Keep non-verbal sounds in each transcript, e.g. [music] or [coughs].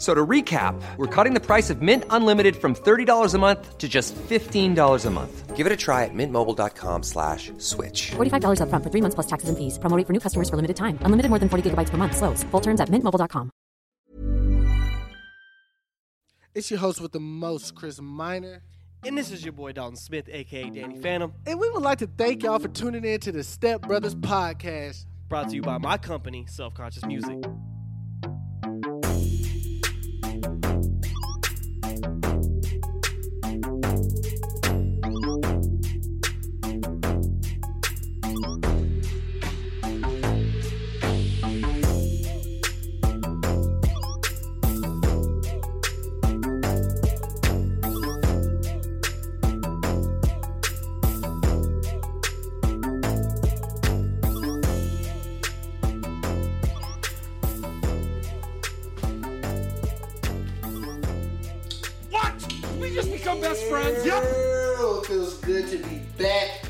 So to recap, we're cutting the price of Mint Unlimited from $30 a month to just $15 a month. Give it a try at mintmobile.com slash switch. $45 upfront for three months plus taxes and fees. Promo rate for new customers for limited time. Unlimited more than 40 gigabytes per month. Slows. Full terms at mintmobile.com. It's your host with the most, Chris Minor. And this is your boy Dalton Smith, aka Danny Phantom, And we would like to thank y'all for tuning in to the Step Brothers podcast. brought to you by my company, Self Conscious Music. Girl, it feels good to be back.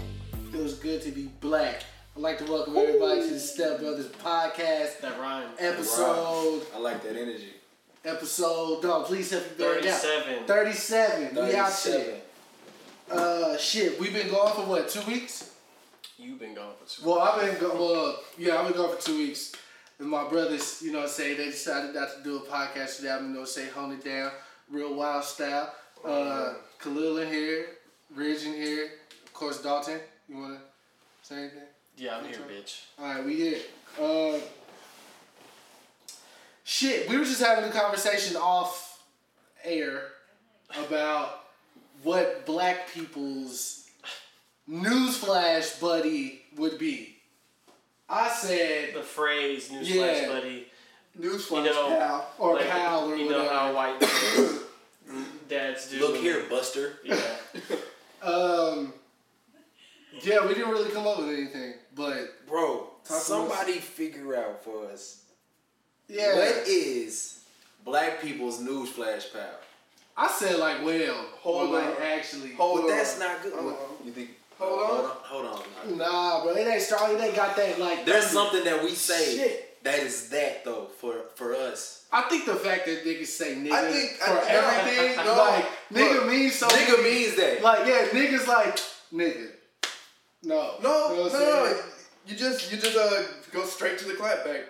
Feels good to be black. I'd like to welcome everybody to the Step Brothers podcast. That rhymes. Episode. I like that energy. Episode. Dog, please help me bear it out. 37. 37. We out shit. Uh, shit. We've been gone for what, two weeks? You've been gone for two Well, I've been go- well, yeah, I've been gone for two weeks. And my brothers, you know, what I'm saying they decided not to do a podcast today. I'm gonna say hone it down, real wild style. Uh, Khalil in here, Ridge in here, of course Dalton. You wanna say anything? Yeah, I'm here, bitch. All right, we here. Uh, shit, we were just having a conversation off air about what black people's newsflash buddy would be. I said The phrase "newsflash, Yeah. buddy," newsflash you know, pal or like, pal or you whatever. know how white [coughs] dads do. Look here, Buster. Yeah. yeah, we didn't really come up with anything, but Bro, to us. somebody figure out for us yeah, what is black people's newsflash power? I said like well or Hold like on. actually. Oh, well. that's not good. You think? Hold on. Hold on. Hold on. Nah, bro, it ain't strong. It ain't got that like. There's something that we say Shit. that is that though for for us. I think the fact that niggas say nigga I think- uh, for I- no, everything, no, like nigga look, means so nigga many- means that. Like yeah, niggas like nigga. No, You know No, no, what I'm no, saying? no. You just, you just uh, go straight to the clapback.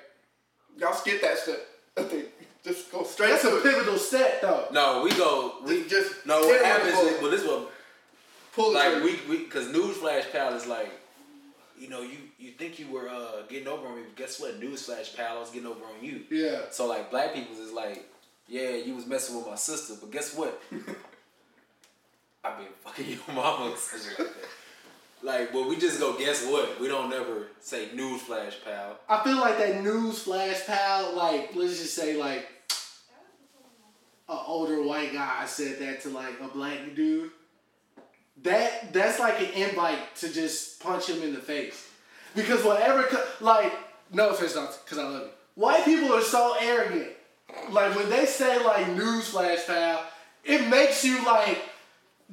Y'all skip that [laughs] stuff. I think just go straight That's to a it. pivotal step though. No, we go. We Just- just no. tear What it happens? apart. Is, well, this is what Pull the like trigger. we we because newsflash pal is like you know you you think you were uh getting over on me but guess what newsflash pal is getting over on you Yeah. so like black people's is like yeah you was messing with my sister but guess [laughs] what i've been fucking your mama [laughs] and shit like that like but we just go guess what we don't never say newsflash pal I feel like that news flash pal, like, let's just say, like, an older white guy said that to, like, a black dude. That That's like an invite to just punch him in the face. Because whatever, co- like, no offense, because I love you. White people are so arrogant. Like, when they say, like, news flash pal, it makes you, like,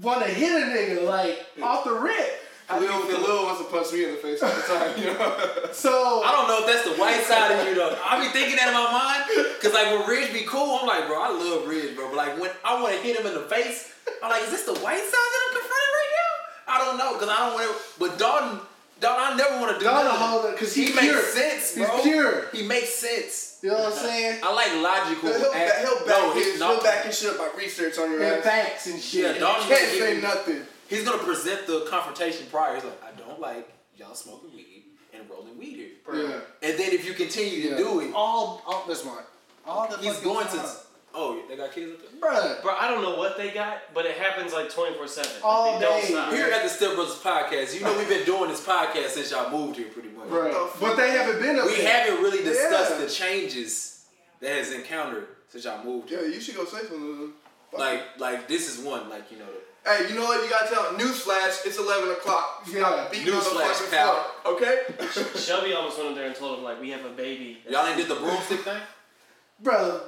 want to hit a nigga, like, off the rip. Lil, the Lil wants to punch me in the face all the time. You know? So, I don't know if that's the white side of you though. I be thinking that in my mind, cause like when Ridge be cool, I'm like, bro, I love Ridge, bro. But like when I want to hit him in the face, I'm like, is this the white side that I'm confronting right now? I don't know, cause I don't want to. But Dalton, Dalton, I never want to do Dalton nothing. hold it, 'cause he's he, makes pure. sense, He's bro. pure. He makes sense. you know what I'm saying? I like logical. He'll, he'll, act- back- he'll back no, his, he's not- he'll back his shit up by research on your And ass. facts and shit. Yeah, Can't Dalton gonna give say you- nothing. He's gonna present the confrontation prior. He's like, I don't like y'all smoking weed and rolling weed here. Yeah. And then if you continue to Yeah. do it, All, all that's mine. All the he's fucking going to. time. Oh, they got kids up there. Bruh. Bro, I don't know what they got, but it happens like 24 7. All they don't day. stop. Here at the Step Brothers Podcast, you know we've been doing this podcast since y'all moved here, pretty much. Bruh. But they haven't been up We there. haven't really discussed Yeah. the changes that has encountered since y'all moved? Yeah, you should go say something to them. Fuck Like, like this is one. Like, you know, the- Hey, you know what? You gotta tell him. Newsflash, it's 11 o'clock. Yeah. Stop beating on the Newsflash, fucking pal. floor, okay? Shelby almost went up there and told him like we have a baby. y'all ain't did the broomstick thing. Bro,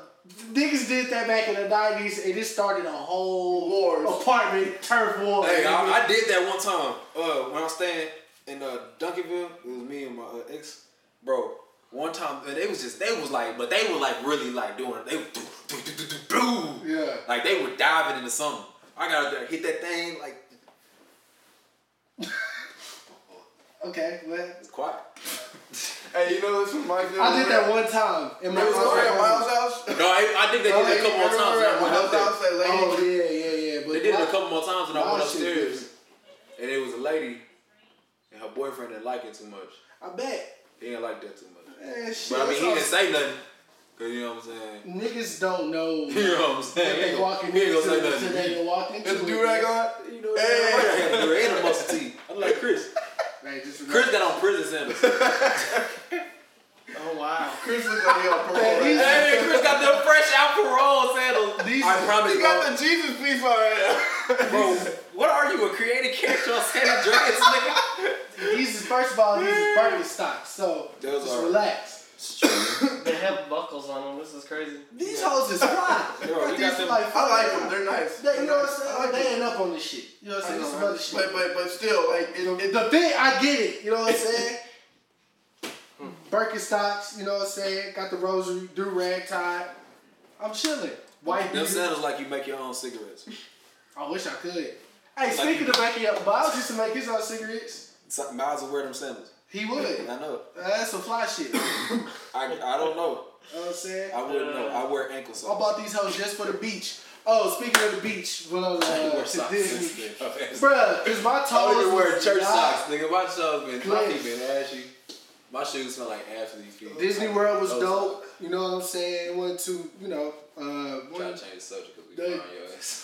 niggas did that back in the nineties, and it started a whole Wars. apartment turf war. Hey, nigga. I, I did that one time. Uh, when I was staying in uh, Duncanville, it was me and my uh, ex, bro. One time, and they was just they was like, but they were like really like doing it. They were do, do, do, do, do, do. Yeah. Like they were diving into something. I got up there, hit that thing, like okay, well, it's quiet. Hey, you know this reminds me of I did that one time in my Remember the story at Miles' house? No, I, I think they did it a couple more times. and Remember I at went up Miles' house, there. that lady? Oh yeah, yeah, yeah. But They did it a my- couple more times, and I my went shit upstairs, different. and it was a lady, and her boyfriend didn't like it too much. I bet. He didn't like that too much. Eh, shit, But I mean, that's he all- didn't say nothing. Cause you know what I'm saying. Niggas don't [laughs] know [laughs] You that know what I'm saying? they walking He ain't into gonna say it, so nothing. [laughs] they can walk into Is it. the do rag on? You know, Hey. hey, hey, and a muscle tee. I'm like Chris. Like, just Chris got on prison sandals. Oh wow. [laughs] Chris is gonna be on Hey, parole. right he's- now. [laughs] hey, Chris got them fresh out parole sandals. These- I promise, [laughs] He got the Jesus piece on [laughs] right now. bro. bro, [laughs] what are you, a creative character on San [laughs] Andreas, nigga? These is first of all, these is Birkenstocks, so Those just are- relax. They have buckles on them. This is crazy. These hoes is [laughs] fly. Bro, you got These them- like I like them. They're nice. They, you know what I'm saying? I like they them. ain't up on this shit. You know what I'm saying? This is other shit. But but but still, like it, it, the fit, I get it. You know [laughs] what I'm saying? Birkenstocks, you know what I'm saying? Got the rosary, do rag tie. I'm chilling. White Them beater. sandals like you make your own cigarettes. I wish I could. Hey, speaking of making up, Miles used to make his own cigarettes. So- Miles will wear them sandals. He would. I know. that's some fly [laughs] shit. You know I, I don't know. what I'm saying? I wouldn't know. I wear ankle I socks. bought these hoes just for the beach. Oh, speaking of the beach, when I was I wear uh, to socks [laughs] Disney, instead. Okay. bruh, cause my toes. I don't even wear was church not- socks, nigga. My shoes been, my Cliff. feet been ashy. My shoes smell like ass these feet. Disney World was Those- dope. You know what I'm saying? Went to you know uh, Try one, to change the subject because we They- found your ass.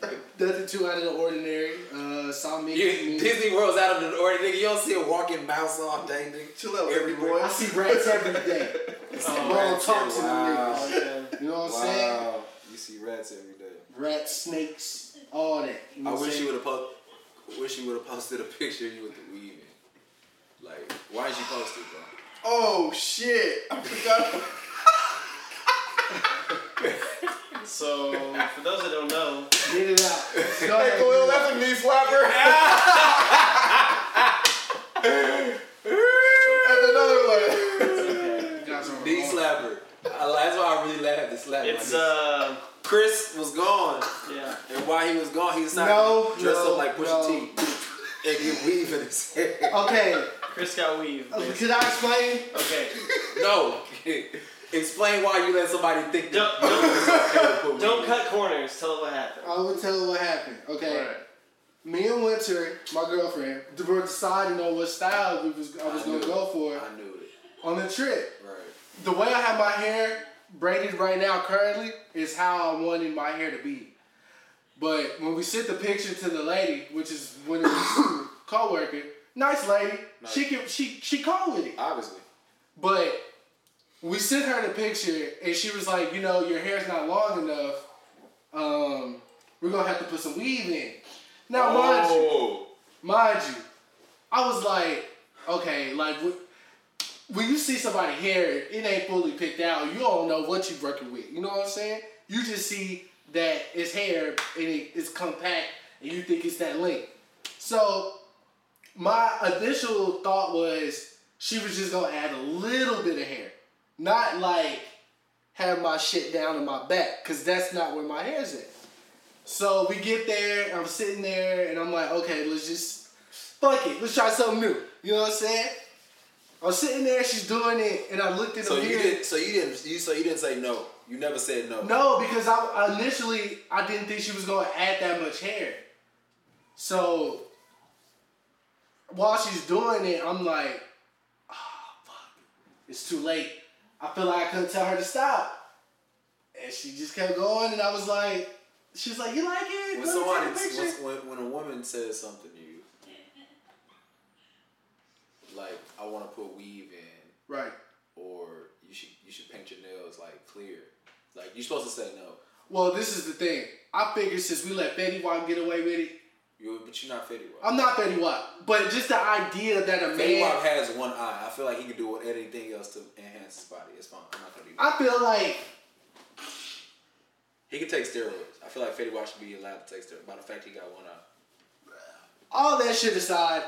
[laughs] nothing too out of the ordinary. Uh, saw Mickey. You, Disney World's out of the ordinary. nigga. You don't see a walking mouse all day, nigga. chill out, every Every boy. I see rats every [laughs] day. Oh, Bro, talk to wow. them niggas. You know what I'm saying? Wow. You see rats every day. Rats, snakes, all that. You know I what I'm wish saying? you would have po- wish you would have posted a picture of you with the weave in. Like, why did you post it, bro? Oh shit! I forgot. So for those that don't know, [laughs] get it out. Go hey, ahead, get it Khalil, out. that's a knee slapper. and another one. [laughs] Knee slapper. I, that's why I really laughed at slap. it's like, uh Chris was gone, yeah. and while he was gone, he was not No, dressed no, up like no. Pusha T and get weave in his hair. Okay, Chris got weave. uh, can I explain? Okay. No. [laughs] Explain why you let somebody think that. Don't don't, Don't, don't cut corners. Tell them what happened. I will tell you what happened. Okay. Me and Winter, my girlfriend, d- were deciding on what style we was I was I gonna knew go it. for I knew it. on the trip. Right. The way I have my hair braided right now currently is how I wanted my hair to be. But when we sent the picture to the lady, which is when it [coughs] was co-worker, nice lady, she can she she called with it. Obviously. But we sent her the picture, and she was like, you know, your hair's not long enough. Um, we're gonna have to put some weave in. Now, mind Oh. you, mind you, I was like, okay, like wh- when you see somebody hair, it ain't fully picked out. You don't know what you working with. You know what I'm saying? You just see that it's hair and it, it's compact, and you think it's that length. So my initial thought was she was just gonna add a little bit of hair, not like have my shit down in my back, cause that's not where my hair's at. So we get there, I'm sitting there, and I'm like, okay, let's just fuck it, let's try something new. You know what I'm saying? I'm sitting there, she's doing it, and I looked in the So you mirror. didn't. So you didn't. You so you didn't say no. You never said no. No, because I initially I didn't think she was gonna add that much hair. So while she's doing it, I'm like, ah, fuck, it's too late. I feel like I couldn't tell her to stop, and she just kept going, and I was like, she's like, you like it? Let When me someone, take a picture." when, when a woman says something to you, like I want to put weave in, right. or you should you should paint your nails like clear. Like you're supposed to say no. Well, this is the thing. I figured since we let Betty White get away with it, You but you're not Fetty Wap. I'm not Betty White, but just the idea that a man. Fetty Wap has one eye. I feel like he can do anything else to enhance his body. It's fine. I'm not gonna be. I feel like he can take steroids. I feel like Fetty Wap should be allowed to take steroids. By the fact he got one eye. all that shit aside,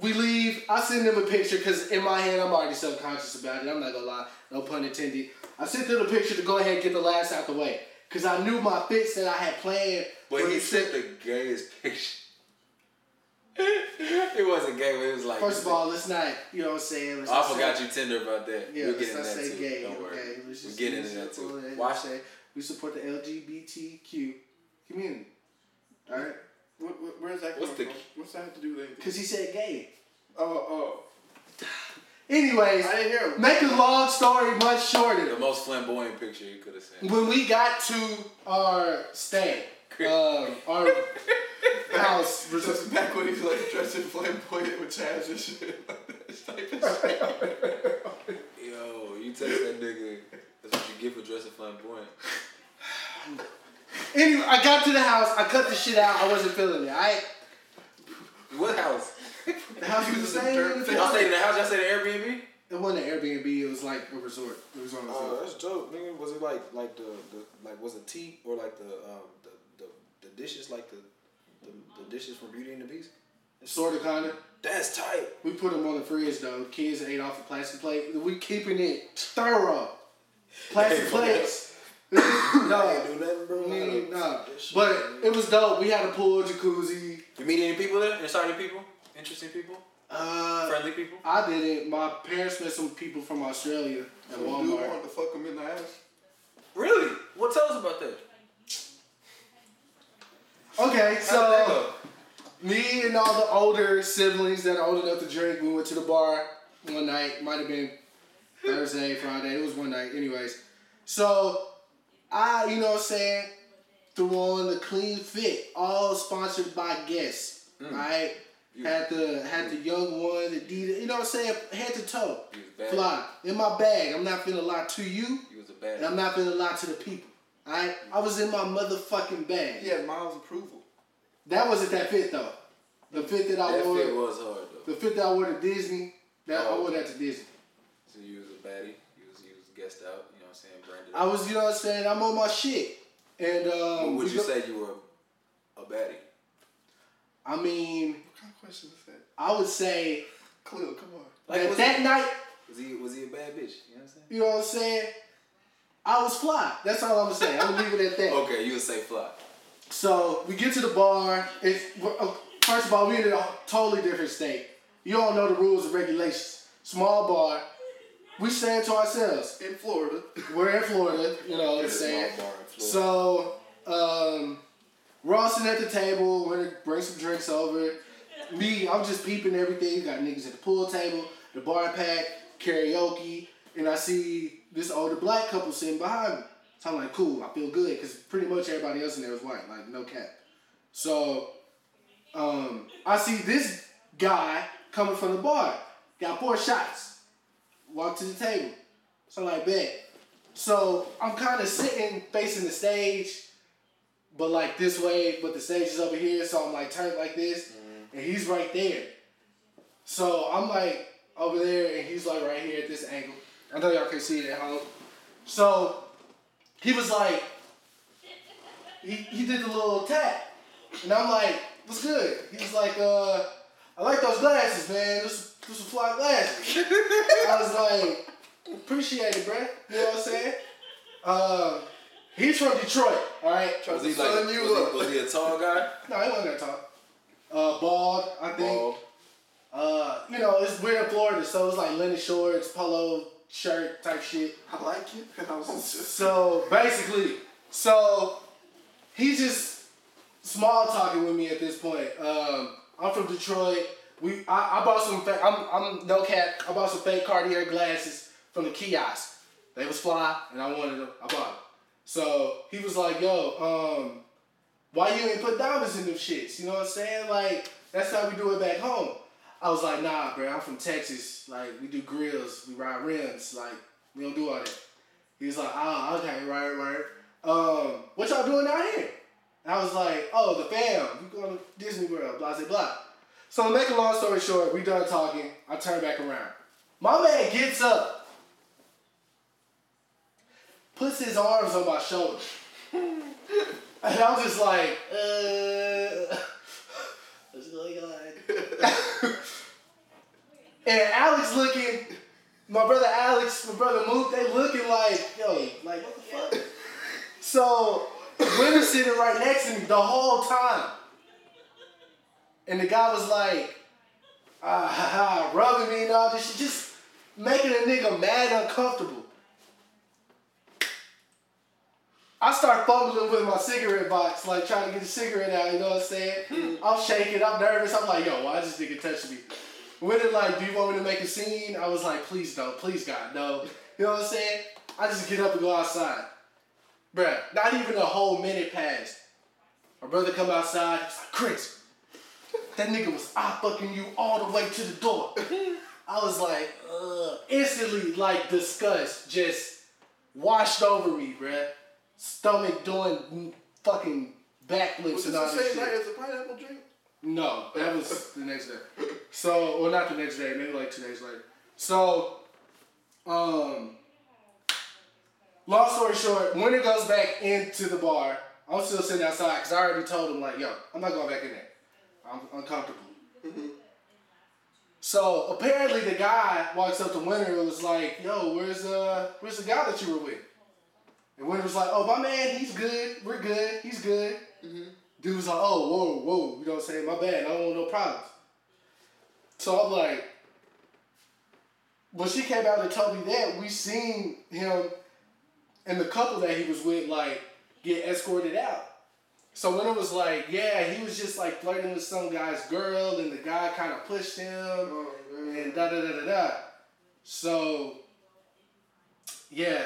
we leave. I send them a picture because in my head I'm already subconscious about it. I'm not gonna lie, no pun intended. I sent them a picture to go ahead and get the last out the way because I knew my fits that I had planned. But for he the- sent the gayest picture. [laughs] it wasn't gay, but it was like. First of all, let's not. You know what I'm saying? Let's Oh, I not forgot say- you Tinder about that. Yeah, we'll let's get into not that say too. gay. Don't worry. okay, let's we'll just get let's into that just go too. ahead Watch and say we support the LGBTQ community. All right, What, what, where's that What's coming the- from? What's that have to do with anything? because he said gay. Oh, oh. [sighs] Anyways, I didn't hear him. make a long story much the shorter. most flamboyant picture you could have sent. When we got to our stay, um, [laughs] our house, This is back when he's like dressed in flamboyant with Chaz and shit. This type of shit. Yo, you text that nigga. That's what you get for dressing flamboyant. anyway, I got to the house. I cut the shit out. I wasn't feeling it. I What house? the [laughs] house was the same. dirt Y'all stayed in the house? Y'all stayed in Airbnb? It wasn't an Airbnb. It was like a resort. It was on a resort. Oh, Uh, that's dope, nigga. Was it like like the, the like was it tea or like the um the the, the dishes like the, the the dishes from Beauty and the Beast? Sort of, kind of. That's tight. We put them on the fridge though. Kids ate off the plastic plate. We keeping it thorough. Plastic plates. [laughs] no, nothing, bro. we- no. But it was dope. We had a pool, jacuzzi. You meet any people there? Exciting people? Interesting people? Uh, Friendly people? I did it. My parents met some people from Australia at Dude Walmart. wanted to fuck him in the ass. Really? What tell us about that? Okay, How'd that so go? me and all the older siblings that are old enough to drink, we went to the bar one night. Might have been Thursday, Friday. It was one night, anyways. So I, you know what I'm saying, threw on the clean fit, all sponsored by Guess. Mm. Right? Had the had the young one, Adidas, you know what I'm saying, head to toe. You was bad. Fly. In my bag. I'm not finna lie to you, You was a and bad. I'm not finna lie to the people. Alright? I was in my motherfucking bag. He had Miles' approval. That wasn't that fit though. The fit that I That wore, fit was hard though. the fit that I wore to Disney, that Oh, I wore that to Disney. So you was a baddie. You was you was guessed out. You know what I'm saying? Branded. I was, you know what I'm saying. I'm on my shit, and um, But would we you go- say you were a baddie? I mean, What kind of question is that? I would say Khalil, come on. Like that was that he, night, was he was he a bad bitch? You know what I'm saying? you know what I'm saying. I was fly. That's all I'm gonna say. I'm gonna leave it at that. [laughs] Okay, you would say fly. So we get to the bar. It's we're- uh, first of all, we're in a totally different state. You all know the rules and regulations. Small bar. We stand to ourselves. In Florida. We're in Florida, you know what I'm saying? small bar in So, um, we're all sitting at the table. We're gonna bring some drinks over. Me, I'm just peeping everything. got niggas at the pool table, the bar pack, karaoke, and I see this older black couple sitting behind me. So I'm like, cool, I feel good, because pretty much everybody else in there was white, like, no cap. So, um, I see this guy coming from the bar. Got four shots. Walked to the table. So like bet. So I'm kind of sitting facing the stage, but like this way, but the stage is over here, so I'm like turned like this, and he's right there. So I'm like over there, and he's like right here at this angle. I know y'all can see it at home. So he was like, he, he did the little tap, and I'm like, what's good? He was like, uh, I like those glasses, man. Those those are fly glasses. [laughs] I was like appreciate it, bruh. You know what I'm saying? Uh, he's from Detroit, all right. Was he like was he, was he a tall guy? No, he wasn't gonna talk. Uh, bald, I think. Bald. Uh, you know, it's we're in Florida, so it's like linen shorts, polo shirt type shit. I like you. And [laughs] I was just. So basically, so he's just small talking with me at this point. Um, I'm from Detroit. We I, I bought some. Fake, I'm I'm no cap. I bought some fake Cartier glasses from the kiosk. They was fly, and I wanted them. I bought them. So he was like, "Yo, um, why you ain't put diamonds in them shits? You know what I'm saying? Like, that's how we do it back home. I was like, nah, bro, I'm from Texas. Like, we do grills, we ride rims, like, we don't do all that. He's like, ah, okay, right, right. Um, what y'all doing out here? And I was like, oh, the fam, we going to Disney World, blah, blah, blah. So to make a long story short, we done talking. I turn back around. My man gets up, puts his arms on my shoulder. and I was just like, [laughs] uh, what's going on? [laughs] and Alex looking, my brother Alex, my brother Mook, they looking like, yo, like, what the fuck? [laughs] So, women sitting right next to me the whole time. And the guy was like, ah, ha, ha, rubbing me and all this shit, just making a nigga mad uncomfortable. I start fumbling with my cigarette box, like trying to get the cigarette out, you know what I'm saying? I'm shaking, I'm nervous, I'm like, yo, why this nigga touch me? When it like, do you want me to make a scene? I was like, please don't, please God, no. You know what I'm saying? I just get up and go outside. Bruh, not even a whole minute passed. My brother come outside, he's like, Chris, that nigga was eye fucking you all the way to the door. I was like, ugh. Instantly, like, disgust just washed over me, bruh. Stomach doing fucking backflips Was and this the all this same night shit. as the pineapple drink? No, that was the next day. So, well, not the next day, maybe like two days later. So, um, long story short, when it goes back into the bar, I'm still sitting outside because I already told him, like, yo, I'm not going back in there. I'm uncomfortable. So apparently the guy walks up to Winter and was like, "Yo, where's uh, where's the guy that you were with?" And Winter was like, "Oh, my man, he's good. We're good. He's good." Dude was like, "Oh, whoa, whoa, you know what I'm saying? My bad. I don't want no problems." So I'm like, when she came out and told me that, we seen him and the couple that he was with like get escorted out. So Winter was like, yeah, he was just like flirting with some guy's girl, and the guy kind of pushed him, Oh, and da da da da da. So, yeah,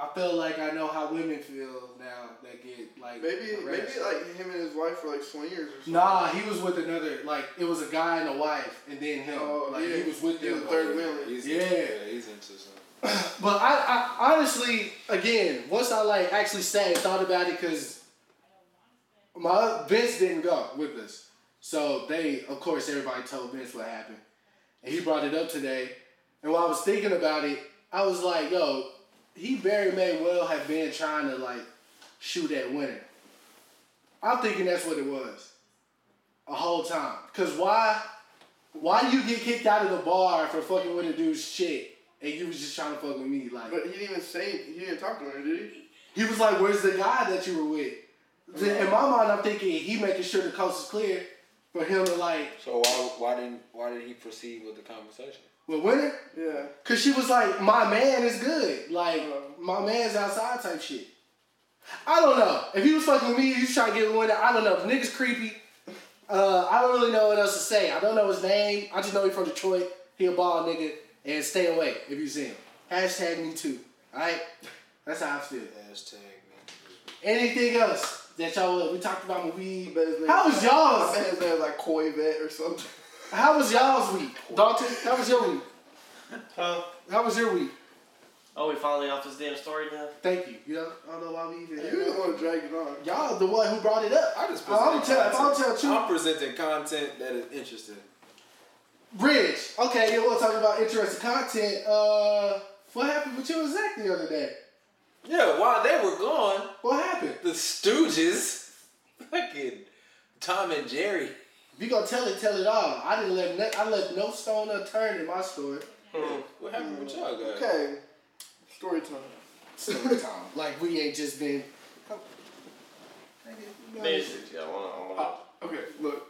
I feel like I know how women feel now that get like Maybe, harassed. maybe like him and his wife were like swingers or something. Nah, he was with another. Like it was a guy and a wife, and then him. Oh, like yeah. he was with He was them. third wheel. He's Yeah. yeah, he's into something. But I, I honestly, again, once I like actually sat and thought about it, because my Vince didn't go with us, so they, of course, everybody told Vince what happened, and he brought it up today. And while I was thinking about it, I was like, yo, he very may well have been trying to like shoot at winner. I'm thinking that's what it was, a whole time. Cause why? Why do you get kicked out of the bar for fucking with a dude's shit and you was just trying to fuck with me? Like But he didn't even say, he didn't talk to her, did he? he was like, "Where's the guy that you were with?" Then in my mind, I'm thinking he making sure the coast is clear for him to like, So why why didn't why did he proceed with the conversation? well, winner, Yeah. cause she was like, "My man is good, like my man's outside type shit." I don't know if he was fucking with me, you trying to get with winner. I don't know. The nigga's creepy. Uh, I don't really know what else to say. I don't know his name. I just know he's from Detroit. He a ball nigga, and stay away if you see him. Hashtag me too. All right, that's how I feel. Hashtag me. Anything else that y'all we talked about movie? bet his name- How was I y'all's? bet his name was like Coyvet or something. How was y'all's week, Dalton? How was your week? Huh? How was your week? Oh, we finally off this damn story now. Thank you. You know, I don't know why we even. You the one dragging on. Y'all the one who brought it up. Uh, I just I'm gonna presented tell. If I'm content. tell I'm truth, presenting content that is interesting. Bridge. Okay, you want to talk about interesting content? Uh, what happened with you and Zach the other day? Yeah, while they were gone, What happened? the [laughs] Stooges, fucking Tom and Jerry. If you gonna tell it, tell it all. I didn't let ne- I left no stone unturned in my story. Mm. What happened with y'all guys? Okay. Story time. Story time. like we ain't just been. Basics, Oh, yeah. I wanna, I wanna. [laughs] Okay, look.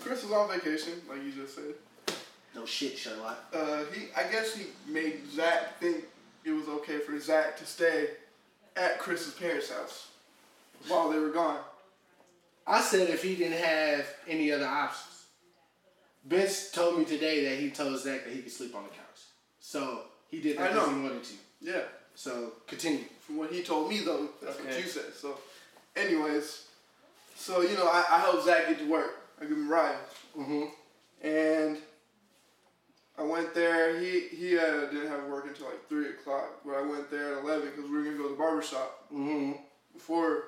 Chris was on vacation, like you just said. No shit, Sherlock. Uh, he, I guess he made Zach think it was okay for Zach to stay at Chris's parents' house while they were gone. I said if he didn't have any other options. Vince told me today that he told Zach that he could sleep on the couch. So he did that I because know. he wanted to. Yeah. So continue. From what he told me, though, that's what Okay. you said. So, anyways, so you know, I, I helped Zach get to work. I give him rides. Mm-hmm. and I went there. He he uh, didn't have work until like three o'clock, but I went there at eleven because we were gonna go to the barber shop before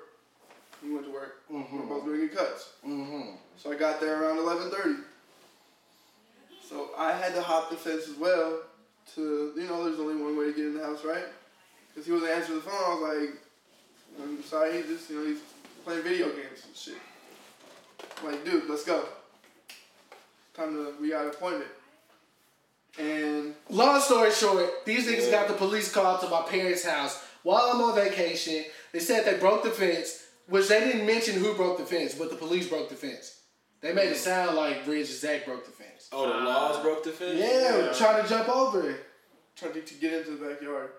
we went to work. We were both gonna get cuts. So I got there around eleven thirty. So I had to hop the fence as well. To you know, there's only one way to get in the house, right? Because he wasn't answering the phone. I was like, I'm sorry, he just you know he's playing video games and shit. I'm like, dude, let's go. Time to we got an appointment. And Long story short, these niggas got the police called to my parents' house while I'm on vacation. They said they broke the fence, which they didn't mention who broke the fence, but the police broke the fence. They made it sound like Bridge and Zach broke the fence. Oh, the laws broke the fence. Yeah, trying to jump over it. tried to, to get into the backyard.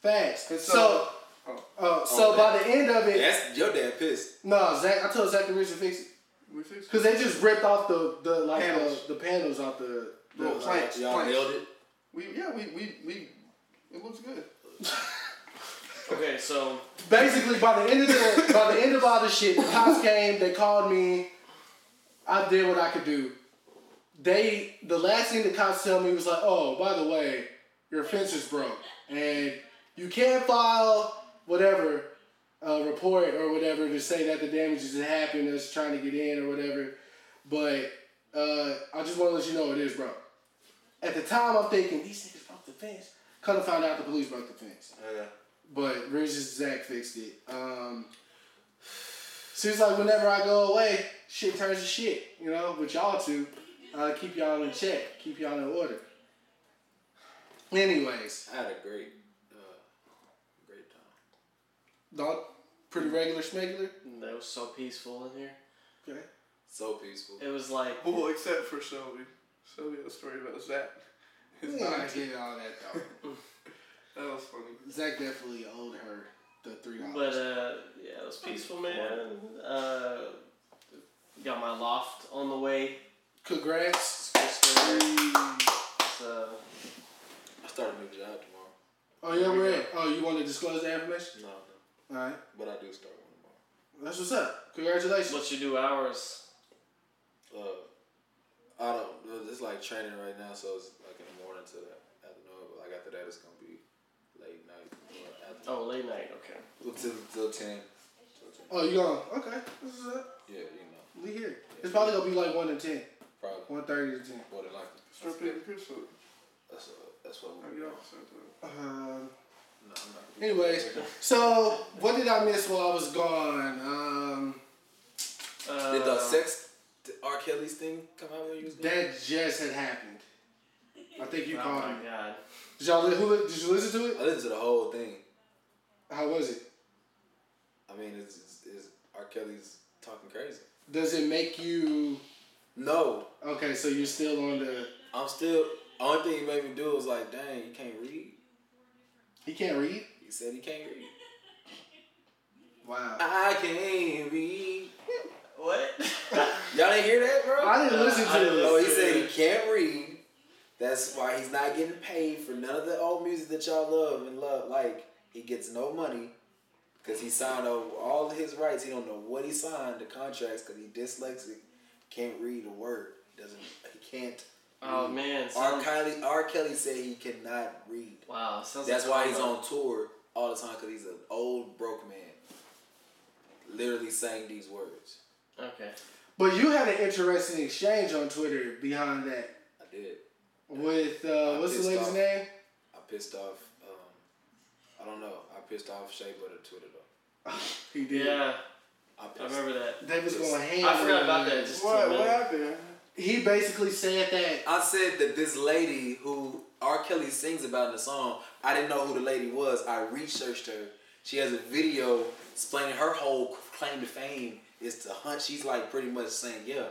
Facts. And so, so- Oh. uh, so by the end of it, That's your dad pissed. no, Zach, I told Zach the reason to fix it. We fixed Because it. they just ripped off the, the like Panels. The, the panels off the, the Little like, plants. Y'all plants. nailed it. We yeah we we we. It looks good. Okay, so basically by the end of the by the end of all this shit, the cops came. They called me. I did what I could do. They the last thing the cops tell me was like, "Oh, by the way, your fence is broke, and you can't file whatever uh, report or whatever to say that the damages that happened, us trying to get in or whatever." But uh, I just want to let you know it is broke. At the time, I'm thinking these niggas broke the fence. Come to find out, the police broke the fence. But Regis Zach fixed it. Um, so it's like whenever I go away, shit turns to shit, you know, with y'all two. Uh, keep y'all in check, keep y'all in order. Anyways, I had a great, uh, great time. dog, pretty regular schmegular. that was so peaceful in here. Okay. So peaceful. It was like Well, except for Shelby. Shelby had a story about Zach. His We ain't yeah. gonna get all that though. [laughs] That was funny. Zach definitely owed her the three But dollars. uh, yeah, it was peaceful, man. Uh, got my loft on the way. Congrats. So I start a new job tomorrow. Oh yeah, we're in. Oh, you want to disclose the information? No, no, All right, but I do start one tomorrow. that's what's up. Congratulations. what you do hours? Uh, I don't. It's like training right now, so it's like in the morning to the afternoon. But like after that, it's gonna be late night. Or after, Oh, late night. Okay. till till ten. Till 10. Oh, you going? Okay, this is up. Yeah, you know, We here. It's probably gonna be like one to ten. probably One thirty to ten. more than likely. Start picking piss up. That's what. That's what. I we- get off sometime. Um, No, I'm not. anyways, so what did I miss while I was gone? Um, Uh, Did the sex did R. Kelly's thing come out when you was gone? that just had happened. I think you Oh called my me. god. Did y'all li- who, li- did you listen to it? I listened to the whole thing. How was it? I mean, it's, it's, it's R. Kelly's talking crazy. Does it make you No, okay? So you're still on the I'm still. Only thing he made me do was like, dang, you can't read. he can't read. He said he can't read. Wow. I can't read. What? Y'all didn't hear that, bro? I didn't listen I to didn't it. Oh, he said he can't read. That's why he's not getting paid for none of the old music that y'all love and love. Like he gets no money because he signed over all of his rights. He don't know what he signed the contracts because he dyslexic, can't read a word. Doesn't he can't. oh man. R. Sounds, Kelly, R. Kelly said he cannot read. wow. Sounds That's like why he's karma. on tour all the time because he's an old broke man. Literally saying these words. Okay. But you had an interesting exchange on Twitter behind that I did. with uh, what's the pissed lady's off. name? I pissed off. Um, I don't know. I pissed off Shea Butter Twitter though. He did. Yeah, I pissed. I remember that. They was going ham. I forgot about that. Just What? to What happened? He basically said that I said that this lady who R. Kelly sings about in the song, I didn't know who the lady was. I researched her. She has a video explaining her whole claim to fame is to hunt. She's like pretty much saying, "Yeah,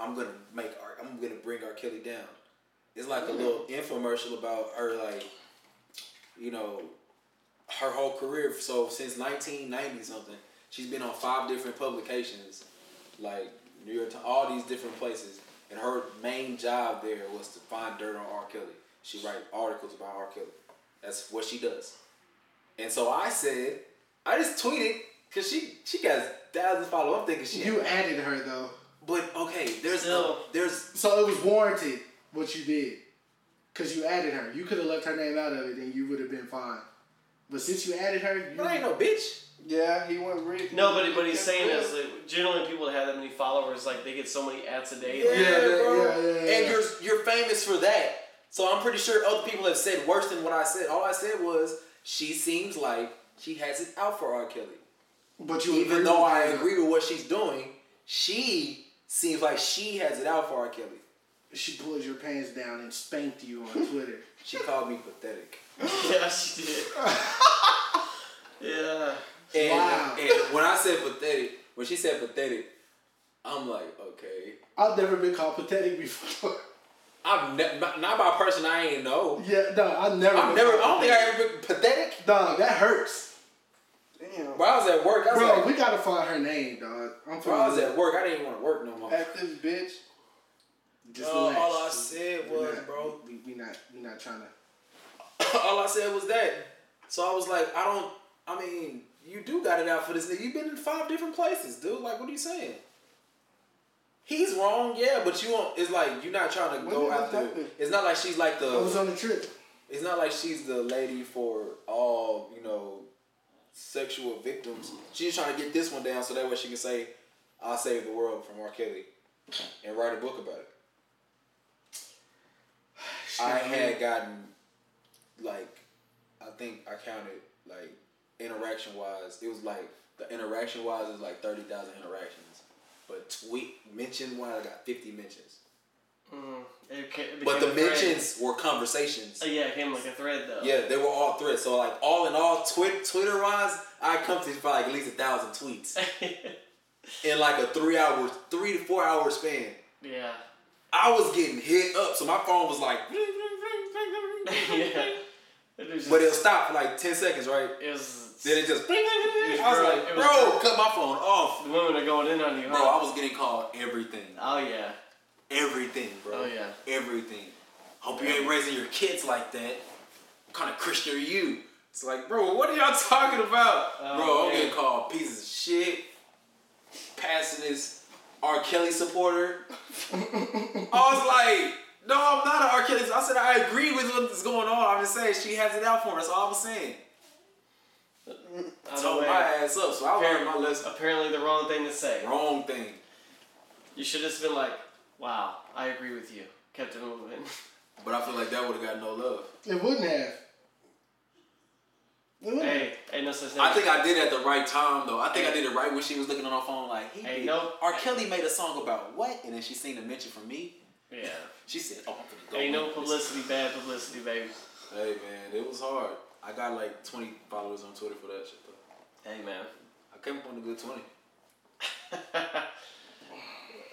I'm gonna make R. I'm gonna bring R. Kelly down." It's like a little infomercial about her, like you know, her whole career. So since 1990 something, she's been on five different publications like New York, Times, all these different places. And her main job there was to find dirt on R. Kelly. She write articles about R. Kelly. That's what she does. And so I said, I just tweeted because she she got thousands of followers. I'm thinking she, you added her though. but okay, there's Still. there's So it was warranted. what you did. Because you added her. You could have left her name out of it and you would have been fine. But since you added her, you. But I ain't no bitch. Yeah, he went really. No, but what he's saying is that generally people that have that many followers, like they get so many ads a day. like, Yeah, that- yeah, yeah, And yeah. you're you're famous for that. So I'm pretty sure other people have said worse than what I said. All I said was she seems like she has it out for R. Kelly. But you Even agree though with I her. agree with what she's doing, she seems like she has it out for R. Kelly. She pulled your pants down and spanked you on Twitter. [laughs] She called me pathetic. Yeah, [laughs] she did. yeah. And, Wow. and when I said pathetic, when she said pathetic, I'm like, okay. I've never been called pathetic before. [laughs] I'm ne- not not by a person I ain't know. yeah, no, I've never. I've been never. I called don't think I ever been pathetic. pathetic. No, that hurts. Damn. But I was at work. I was Bro, like, we gotta find her name, dog. I'm bro, I was finna- at work. I didn't even want to work no more. Active bitch. Just Uh, relax. all I said We're was, not- bro. We, we not, we not trying to. all I said was that. So I was like, I don't. I mean, you do got it out for this nigga. You've been in five different places, dude. Like, what are you saying? He's wrong, yeah, but you won't. It's like you're not trying to When go did that after. happen? It's not like she's like I was the. on a trip. It's not like she's the lady for all you know, sexual victims. She's trying to get this one down so that way she can say, "I saved the world from R. Kelly," and write a book [sighs] about it. I had gotten like I think I counted like interaction wise, it was like the interaction wise is like thirty thousand interactions, but tweet mention wise I got fifty mentions. It ca- it became But the a thread. mentions were conversations. Uh, yeah, it came like a thread though. Yeah, they were all threats. So like all in all, twi- Twitter wise, I come to probably like at least a thousand [laughs] tweets in like a three hour, three to four hour span. [laughs] yeah. [laughs] I was getting hit up, so my phone was like, yeah. It was just, but it'll stop for like ten seconds, right? it was Then it just. [laughs] was I was bro- like, it bro, was bro- cut my phone off. the women are going in on you, Bro, huh? I was getting called everything. Oh yeah. Everything, bro. Oh, yeah. Everything. Hope you ain't raising your kids like that. What kind of Christian are you? It's like, bro, what are y'all [laughs] talking about? Oh, bro, I'm man. getting called pieces of shit. Passing this R. Kelly supporter. [laughs] I was like, no, I'm not an R. Kelly. I said I agree with what's going on. I'm just saying she has it out for her. That's all I'm saying. Out of the Told way. my ass up, so I learned my lesson. Apparently, the wrong thing to say. Wrong thing. You should have just been like, "Wow, I agree with you." Kept it moving. [laughs] But I feel like that would have got no love. It wouldn't have. It wouldn't hey, ain't no such thing. I think I did it at the right time though. I think I did it right when she was looking on her phone like, he Hey, did- no- R. Kelly made a song about what? And then she seen a mention from me. yeah. She said, oh, I'm gonna go. Ain't no with this." publicity, bad publicity, baby. Hey man, it was hard. I got like 20 followers on Twitter for that shit though. Hey, man. I came up on a good 20.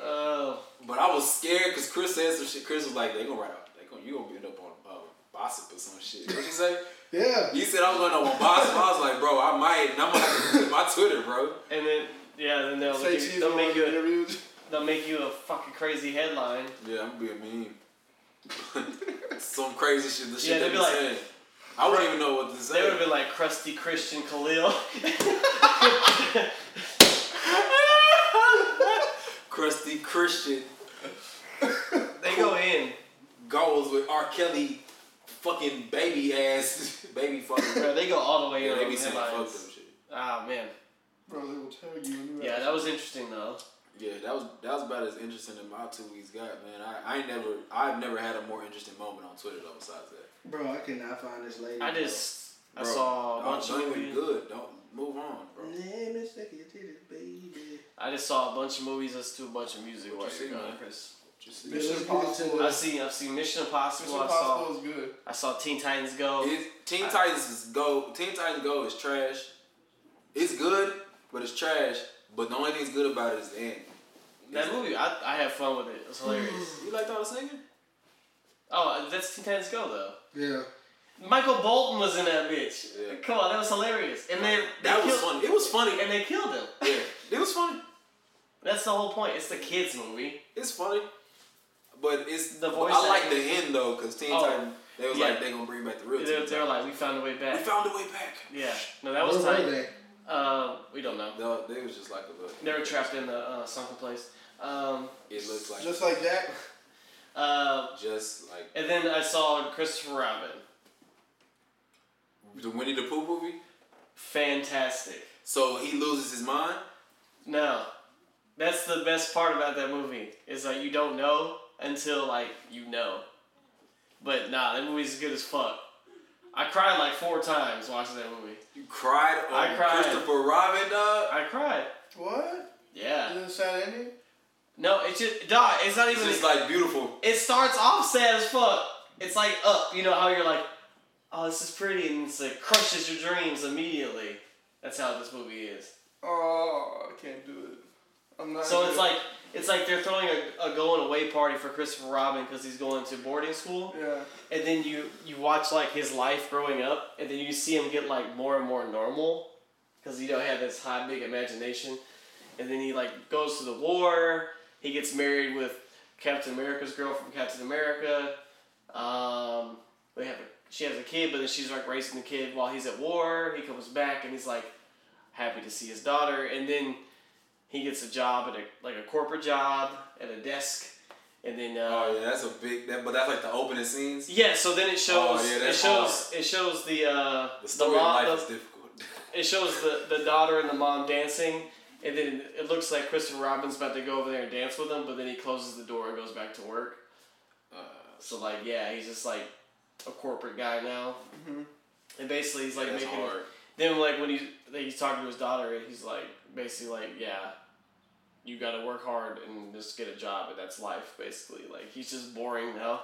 Oh, But I was scared because Chris said some shit. Chris was like, they gonna write out, they gonna, you gonna end up on uh, Bossip or some shit. What you say? Yeah. You said I'm going up on Bossip. I was like, bro, I might. And I'm like, my Twitter, bro. and then yeah, then they'll, Say give cheese you, they'll make on [laughs] you interviews. a, they'll make you a fucking crazy headline. Yeah, I'm gonna be a meme. [laughs] Some crazy shit. The shit Yeah, they they'd be be like- saying. I wouldn't even know what to say. They would have been like crusty Christian [laughs] Khalil. crusty Christian they go in. goals with R. Kelly, fucking baby ass, [laughs] baby [laughs] fucking. Bro, they go all the way yeah, in they on be the saying fuck them headlines. shit. Ah man. Bro, they will tell you. when you Yeah, ask. that was interesting though. Yeah, that was that was about as interesting as my two weeks got, man. I, I ain't never I've never had a more interesting moment on Twitter though. Besides that, Bro, I cannot find this lady. I just I Bro, saw a don't- bunch of don't even movies. good. Don't move on, bro. Name is second your titties, baby. I just saw a bunch of movies. Let's do a bunch of music while you you're see, gone, man? Chris. Just Mission Impossible. I've seen I've seen Mission Impossible. I Mission saw Impossible is good. I saw Teen Titans Go. It- Teen Titans is go. Teen Titans Go is trash. It's good, but it's trash. But the only thing that's good about it is the end. that movie, I, I had fun with it. It was [sighs] hilarious. You liked all the singing? oh, that's Teen Titans Go though. Yeah. Michael Bolton was in that bitch. Yeah. Come on, that was hilarious. And then they That was killed- funny. It was funny. And they killed him. Yeah, it was funny. [laughs] That's the whole point. It's the kids movie. It's funny. But it's The voice I like acting. the end though, cause Teen Oh, Titans they was yeah. like they gonna bring back the real. They, Teen they were Titans. like, we found a way we back. found a way back. Yeah. No, that Where was were tight. they? Uh, we don't know. No, they was just like a. They were trapped in the uh, sunken place. Um, It looked like Just like that. Uh, Just like and then I saw Christopher Robin. the Winnie the Pooh movie. Fantastic. So he loses his mind. No, that's the best part about that movie is like you don't know until like you know. But nah, that movie's good as fuck. I cried like four times watching that movie. You cried on I cried. Christopher Robin, dog. I cried. What? Yeah. Is it a sad ending? No, it's just dog. It's not even. It's just like beautiful. it starts off sad as fuck. It's like up, you know how you're like, oh, this is pretty, and it's like crushes your dreams immediately. That's how this movie is. Oh, I can't do it. I'm not. So good. it's like it's like they're throwing a, a going away party for Christopher Robin because he's going to boarding school, Yeah. and then you you watch like his life growing up, and then you see him get like more and more normal because he don't have this high big imagination, and then he like goes to the war. He gets married with Captain America's girl from Captain America. Um, they have a, she has a kid, but then she's like raising the kid while he's at war. He comes back and he's like happy to see his daughter, and then he gets a job at a like a corporate job at a desk, and then uh, Oh yeah, that's a big. That, but that's like the opening scenes. yeah, so then it shows Oh, yeah, it that's shows it shows the uh, The story mom- of life the- is difficult. [laughs] it shows the, the daughter and the mom dancing, and then it looks like Christopher Robin's about to go over there and dance with them, but then he closes the door and goes back to work. Uh, so like yeah, he's just like a corporate guy now, and basically he's like Mm-hmm. That's making hard. then like when he's like, he's talking to his daughter, he's like basically like yeah. You gotta work hard and just get a job, and that's life, basically. Like, he's just boring now,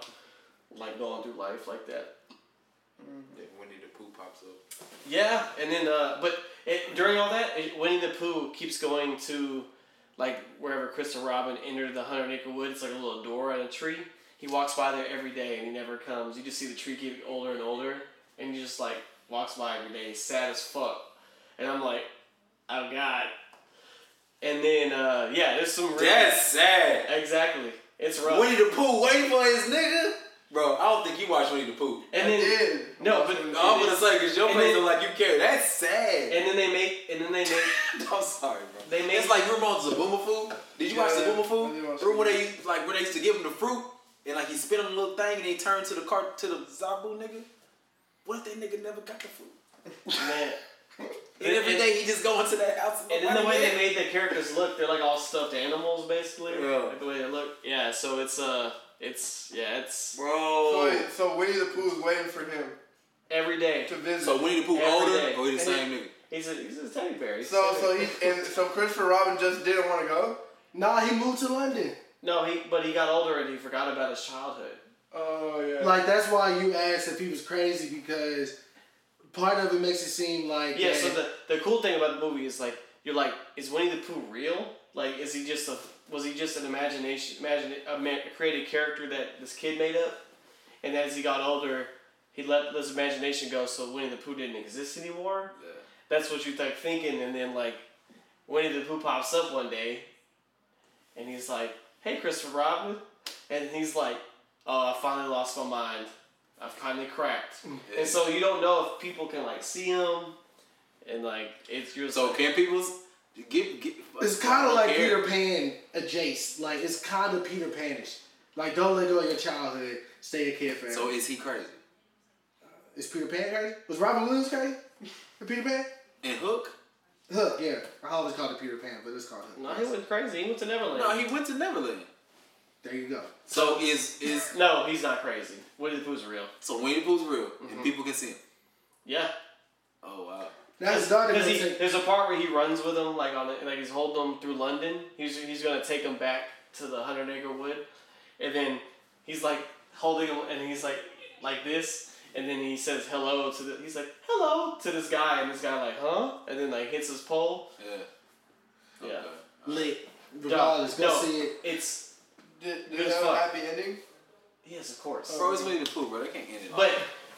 like going through life like that. If Winnie the Pooh pops up. Yeah, and then uh, but it, during all that, it, Winnie the Pooh keeps going to like wherever Krista Robin entered the Hundred Acre Wood. It's like a little door on a tree. He walks by there every day, and he never comes. You just see the tree get older and older, and he just like walks by every day, sad as fuck. And I'm like, oh god. And then uh, yeah, there's some really- That's sad. exactly. It's rough. Winnie the Pooh waiting for his nigga. Bro, I don't think you watch Winnie the Pooh. and I then did. no, but And I'm gonna say because your And face then- look like you care. That's sad. and then they make and then they make. [laughs] I'm sorry, bro. They made- it's like you remember on Zaboomer Food. Did you watch Yeah, Zaboomer I did Food? watch Remember where Zaboomer. they used- like where they used to give him the fruit and like he spit on the little thing and they turned to the cart to the Zabu nigga. What if that nigga never got the fruit? Man. And every And- day he just go into that house. And then the way they make made the characters look, they're like all stuffed animals, basically. Yeah. Like the way they look. Yeah. So it's uh, it's yeah, it's So, bro. wait, so Winnie the Pooh is waiting for him every day. to visit. So Winnie the Pooh Every older day. or he And the same nigga? He's a he's a teddy bear. He's so, silly. so he and so Christopher Robin just didn't want to go. Nah, he moved to London. no, he but he got older and he forgot about his childhood. Oh yeah. Like that's why you asked if he was crazy because part of it makes it seem like Yeah. that- So the the cool thing about the movie is like you're like, is Winnie the Pooh real? Like, is he just a was he just an imagination imagine a, man, a created character that this kid made up? And as he got older, he let his imagination go, so Winnie the Pooh didn't exist anymore. that's what you like thinking, and then like Winnie the Pooh pops up one day, and he's like, "Hey, Christopher Robin," and he's like, "Oh, I finally lost my mind. I've kind of cracked." And so you don't know if people can like see him, and like it's your So can people give? give it's kind of I like care. Peter Pan adjacent. Like it's kind of Peter Panish. Like don't let go of your childhood. Stay a kid forever. So is he crazy? is Peter Pan crazy? Was Robin Williams crazy? For Peter Pan? And Hook? Hook, yeah. I always called it Peter Pan, but it's called Hook. no, he went crazy. He went to Neverland. No, he went to Neverland. There you go. So is is No, he's not crazy. Winnie the Pooh's real. so Winnie the Pooh's real Mm-hmm. and people can see him. Yeah. Oh wow. That's daughter Because gonna he, take. there's a part where he runs with him, like on, the- like he's holding him through London. He's he's gonna take him back to the Hundred Acre Wood, and then he's like holding him, and he's like like this, and then he says hello to the. He's like hello to this guy, and this guy like huh, and then like hits his pole. Yeah. Yeah. Lit. No, Regardless, go no, see it. It's Did, Good did it as have a fuck. happy ending? yes, of course. Bro, it's Winnie the Pooh, bro. They can't end it. But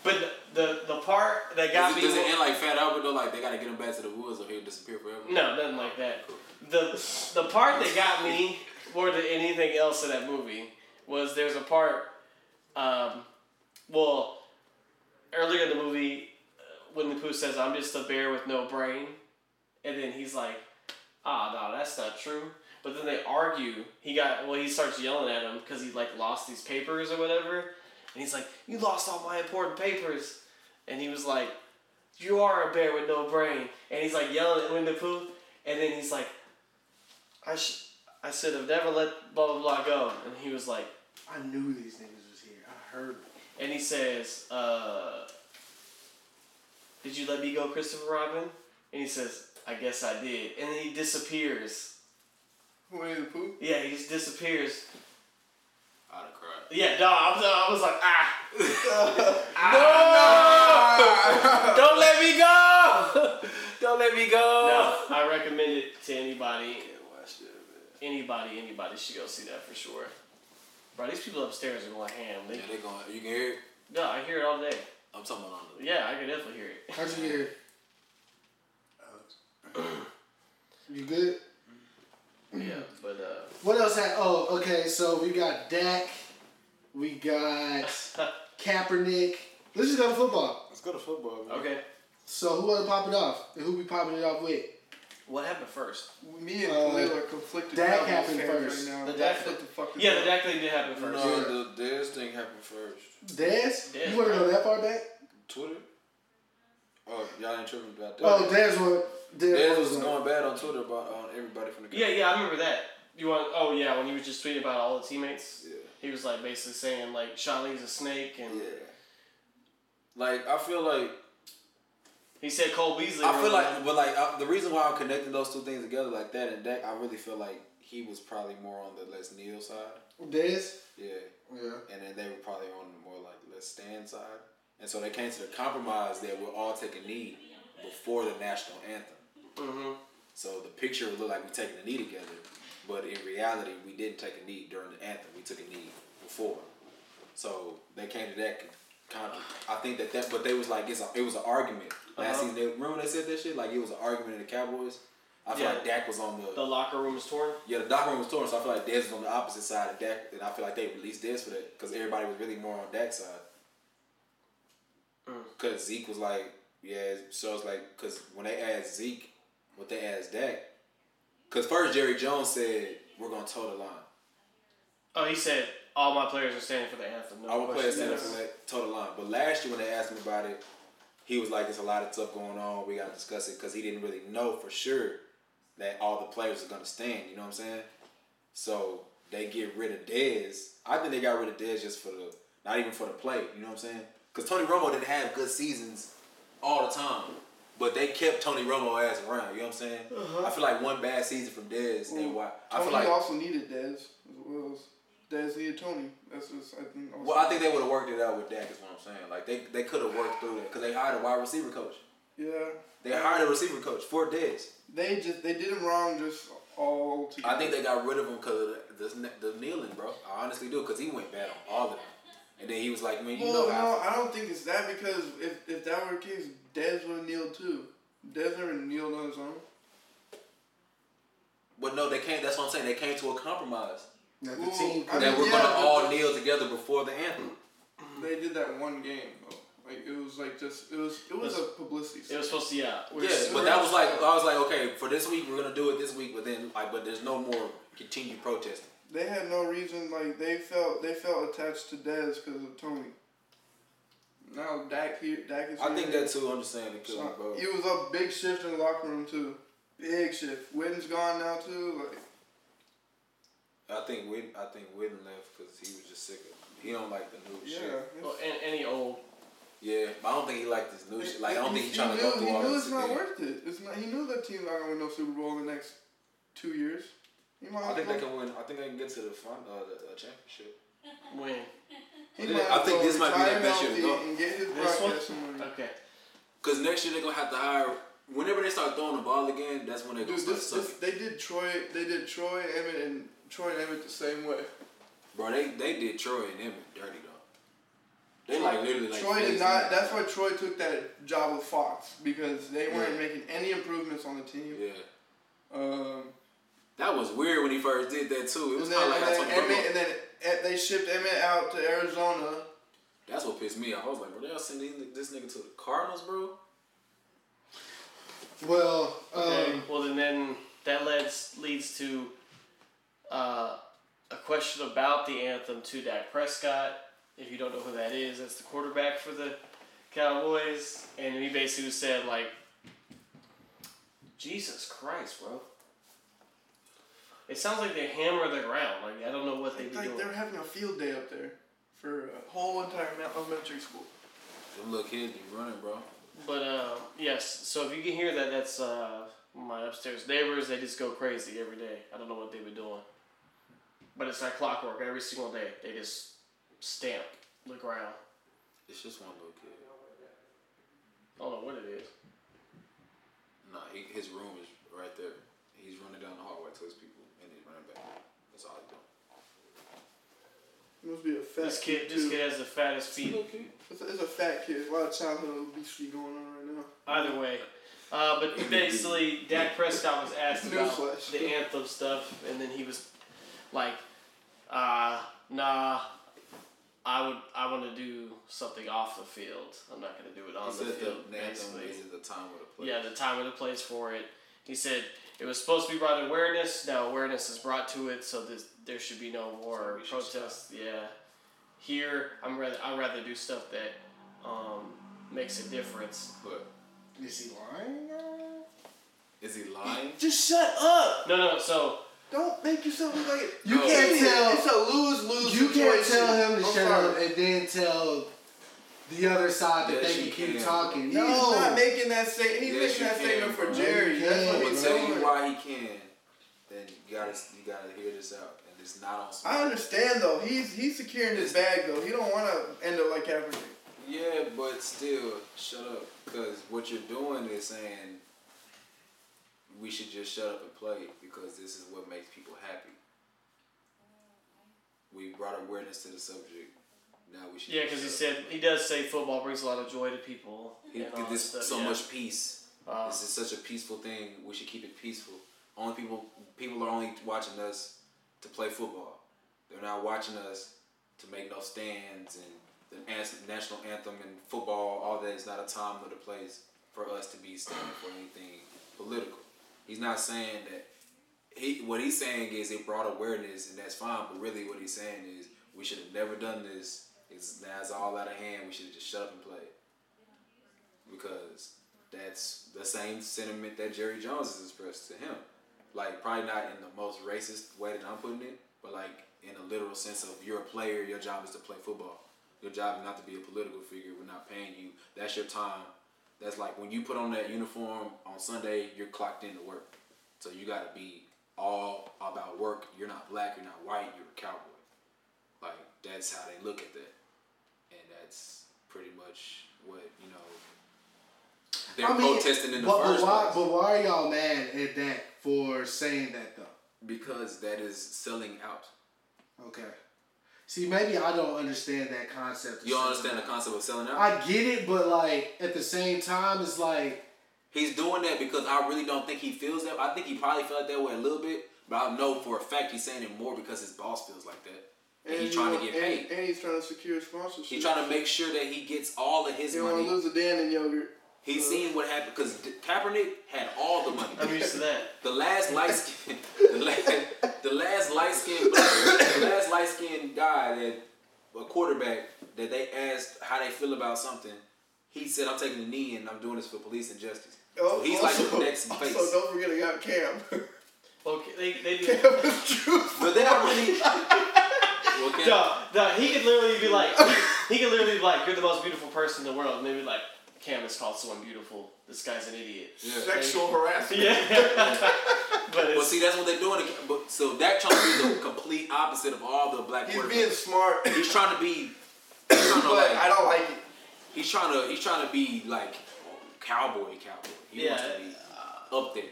but the the part that got does me it, does it end like Fat Albert though? Like they gotta get him back to the woods or he'll disappear forever. No, nothing like that. The the part that got me more than anything else in that movie was there's a part, um, well, earlier in the movie, uh, when the poo says, "I'm just a bear with no brain," and then he's like, "Ah, no, that's not true." But then they argue. He got well. He starts yelling at him because he like lost these papers or whatever, and he's like, "You lost all my important papers," and he was like, "You are a bear with no brain," and he's like yelling at Winnie the Pooh, and then he's like, "I sh- I should have never let blah blah blah go," and he was like, I knew these niggas was here. I heard them. and he says, uh, "Did you let me go, Christopher Robin?" And he says, "I guess I did," and then he disappears. Winnie the Pooh. Yeah, he just disappears. I'd have cried. Yeah, no, I was, I was like, ah, Oh! [laughs] Don't let me go! Don't let me go! no, [laughs] I recommend it to anybody. Anybody, anybody should go see that for sure. Bro, these people upstairs are going ham. They, Yeah, they going. You can hear it. no, I hear it all day. I'm talking about on the. Yeah, I can definitely [clears throat] hear it. How'd you hear? You good? Yeah, but uh, What else? Had, oh, okay. So we got Dak. We got uh, Kaepernick. Let's just go to football. Let's go to football, man. [laughs] okay. So who want to pop it off? And who we popping it off with? What happened first? Me and Uh, Khalil are conflicted. that Cowboys happened fans first. Right now. The That's Dak- what the fuck is Yeah, up. the Dak thing did happen first. No, the Dez thing happened first. Dez? Dez. You want to go that far back? Twitter? Oh, y'all ain't tripping about that. Oh, Dez was. Dez Dez was was going bad on Twitter about on everybody from the Yeah, yeah, I remember that. You want? Oh yeah, when he was just tweeting about all the teammates. Yeah. He was like basically saying like Shiley's a snake, and Yeah. Like I feel like he said Cole Beasley. I feel wrote like, but like I, the reason why I'm connecting those two things together like that and Dak, I really feel like he was probably more on the less kneel side. Dez. Yeah. Yeah. And then they were probably on the more like let's stand side. And so they came to the compromise that we'll all take a knee before the national anthem. Mhm. So the picture would look like we taking a knee together, but in reality we didn't take a knee during the anthem. We took a knee before. So they came to that con I think that that, but they was like it's a, it was an argument last Uh-huh. season. They, remember they said that shit like it was an argument in the Cowboys. I feel Yeah. like Dak was on the, The locker room is torn. yeah the Dak room was torn, so I feel like Dez was on the opposite side of Dak, and I feel like they released Dez for that because everybody was really more on Dak's side. Because Zeke was like, yeah, so it's like, because when they asked Zeke, what they asked Dak, because first Jerry Jones said, we're going to toe the line. Oh, he said all my players are standing for the anthem. No I would play a question center asked. for that toe the line. But last year when they asked him about it, he was like, it's a lot of stuff going on. We got to discuss it because he didn't really know for sure that all the players are going to stand. You know what I'm saying? So they get rid of Dez. I think they got rid of Dez just for the, not even for the play. You know what I'm saying? Because Tony Romo didn't have good seasons all the time. But they kept Tony Romo ass around. You know what I'm saying? I feel like one bad season from Dez and why. I Tony feel like. also needed Dez as well as Dez needed Tony. That's just I think. Also. Well, I think they would have worked it out with Dak. Is what I'm saying. Like they, they could have worked through that because they hired a wide receiver coach. yeah, They hired a receiver coach for Dez. they just they did him wrong just all together. I think they got rid of him because of the, the, the kneeling, bro. I honestly do because he went bad on all of them. And then he was like, man, you Well, know how. no, I don't think it's that because if if that were the case, Dez would have kneeled too. Dez never kneeled on his own. But no, they can't. That's what I'm saying. They came to a compromise Now, the Well, team. I that mean, we're yeah, gonna but- all kneel together before the anthem. They did that one game. Though. Like it was like just it was it was a publicity. It was supposed to yeah. we're Yeah, just- but that was like I was like, okay, for this week we're gonna do it this week, but then like, but there's no more continued protesting. They had no reason. Like they felt they felt attached to Dez because of Tony. Now Dak here, Dak is. I think here. that too. I'm just saying it could be So, both. It was a big shift in the locker room too. Big shift. Witten's gone now too. Like I think Witten, I think Witten left because he was just sick of. He don't like the new yeah. shit. Oh, Well, an- any old. Yeah, but I don't think he liked this new shit. Like I don't think he's He trying to go knew- through He all knew this it's not again. worth it. It's not. He knew that team's not gonna win no Super Bowl in the next two years. He might. I as think well- they can win. I think they can get to the final, uh, the uh, championship. When? he I might as think well this might be their retire best year to healthy go. And get his This one? broadcast and win. Okay. Cause next year they're gonna have to hire. Whenever they start throwing the ball again, that's when they're gonna Dude, start this, this sucking. they did Troy. They did Troy Emmett and Troy and Emmett the same way. Bro, they they did Troy and him dirty though. They like literally like. Troy did phased not. him. That's why Troy took that job with Fox because they weren't making any improvements on the team. Yeah, Um, that was weird when he first did that too. It and was then, kind of like and I then, told him, Emmett, bro, and then eh, they shipped Emmett out to Arizona. That's what pissed me off. I was like, bro, they all send these- this nigga to the Cardinals, bro. Well, um, Oh, uh, Um, Okay. well, then, then that leads leads to uh, a question about the anthem to Dak Prescott. If you don't know who that is, that's the quarterback for the Cowboys, and he basically said like, "Jesus Christ, bro." It sounds like they hammer the ground. Like I don't know what they be Like doing. they're having a field day up there for a whole entire mount- elementary school. Them little kids be running, bro. But uh, yes, so if you can hear that, that's uh, my upstairs neighbors. They just go crazy every day. I don't know what they were doing, but it's like clockwork. Every single day, they just stamp the ground. It's just one little kid. I don't know what it is. Nah, he, his room is right there. He's running down the hallway to his people, and he's running back. That's all he's doing. It must be a fat This kid, too. this kid has the fattest feet. It's a, it's a fat kid. A lot of childhood obesity going on right now. Either way, uh, but basically, Dak Prescott was asked about Newsflash. the anthem stuff, and then he was like, uh, "Nah, I would, I want to do something off the field. I'm not going to do it on He the said field." the anthem basically. is at the time of the play. Yeah, the time and the place for it. He said it was supposed to be brought awareness. Now awareness is brought to it, so this, there should be no more protests. Yeah, here I'm rather I would rather do stuff that um, makes a difference. But Is he lying? now? is he [laughs] lying? Just shut up! No, no. So Don't make yourself look like it. You can't tell- It's a lose lose. You can't tell him to shut I'm sorry. up and then tell the other side that Yes, they you can keep can, talking. He's no, not making that statement. Yes, He's making you that can, statement for bro. Jerry. You That's I'm what can, gonna he's tell you doing. why he can. Then you gotta you gotta hear this out, and it's not on. Some, I understand though. He's he's securing his bag though. He don't want to end up like Kaepernick. yeah, but still, shut up, because what you're doing is saying we should just shut up and play because this is what makes people happy. We brought awareness to the subject. Now we should. yeah, just because he shut up. said he does say football brings a lot of joy to people. He- and all that this stuff, so yeah. much peace. Uh, this is such a peaceful thing. We should keep it peaceful. Only people people are only watching us to play football. They're not watching us to make no stands and the ans- national anthem and football. All that is not a time or the place for us to be standing for anything political. He's not saying that. He what he's saying is it brought awareness and that's fine. But really, what he's saying is we should have never done this. It's now it's all out of hand. We should have just shut up and played because that's the same sentiment that Jerry Jones has expressed to him. Like probably not in the most racist way that I'm putting it, but like in a literal sense of you're a player, your job is to play football. Your job is not to be a political figure. We're not paying you. That's your time. That's like when you put on that uniform on Sunday, you're clocked into work. So you gotta be all about work. You're not black, you're not white, you're a cowboy. Like that's how they look at that. And that's pretty much what, you know, they're I mean, protesting in the but, first but why, place. but why are y'all mad at that for saying that though? Because that is selling out. Okay. See, maybe I don't understand that concept. of You don't selling understand the out. concept of selling out? I get it, but like at the same time, it's like He's doing that because I really don't think he feels that. I think he probably felt that way a little bit, but I know for a fact he's saying it more because his boss feels like that. And, he's trying to you- get and, paid. And he's trying to secure sponsorship. He's trying to make sure that he gets all of his You don't want to money. lose a damn in yogurt. He's seen what happened because Kaepernick had all the money. [laughs] I'm used to that. The last light skin, [laughs] the last, the last light skinned, the last light skinned guy that a quarterback that they asked how they feel about something, he said, "I'm taking the knee and I'm doing this for police and justice." so he's like the next face. Also, don't forget I got Cam. [laughs] Okay, they, they do. [laughs] but they're not really. [laughs] Well, Cam- No, no, he could literally be like, he, he could literally be like, you're the most beautiful person in the world. And they'd be like, Cam has called someone beautiful. This guy's an idiot. Sexual harassment. Yeah. [laughs] but Well, it's, see, that's what they're doing. to Cam- But so that trying to be the complete opposite of all the black He's quarterbacks. being [laughs] smart, but he's trying to be. He's trying to like, I don't like it. He's trying to he's trying to be like cowboy cowboy. He wants to Yeah. be up there.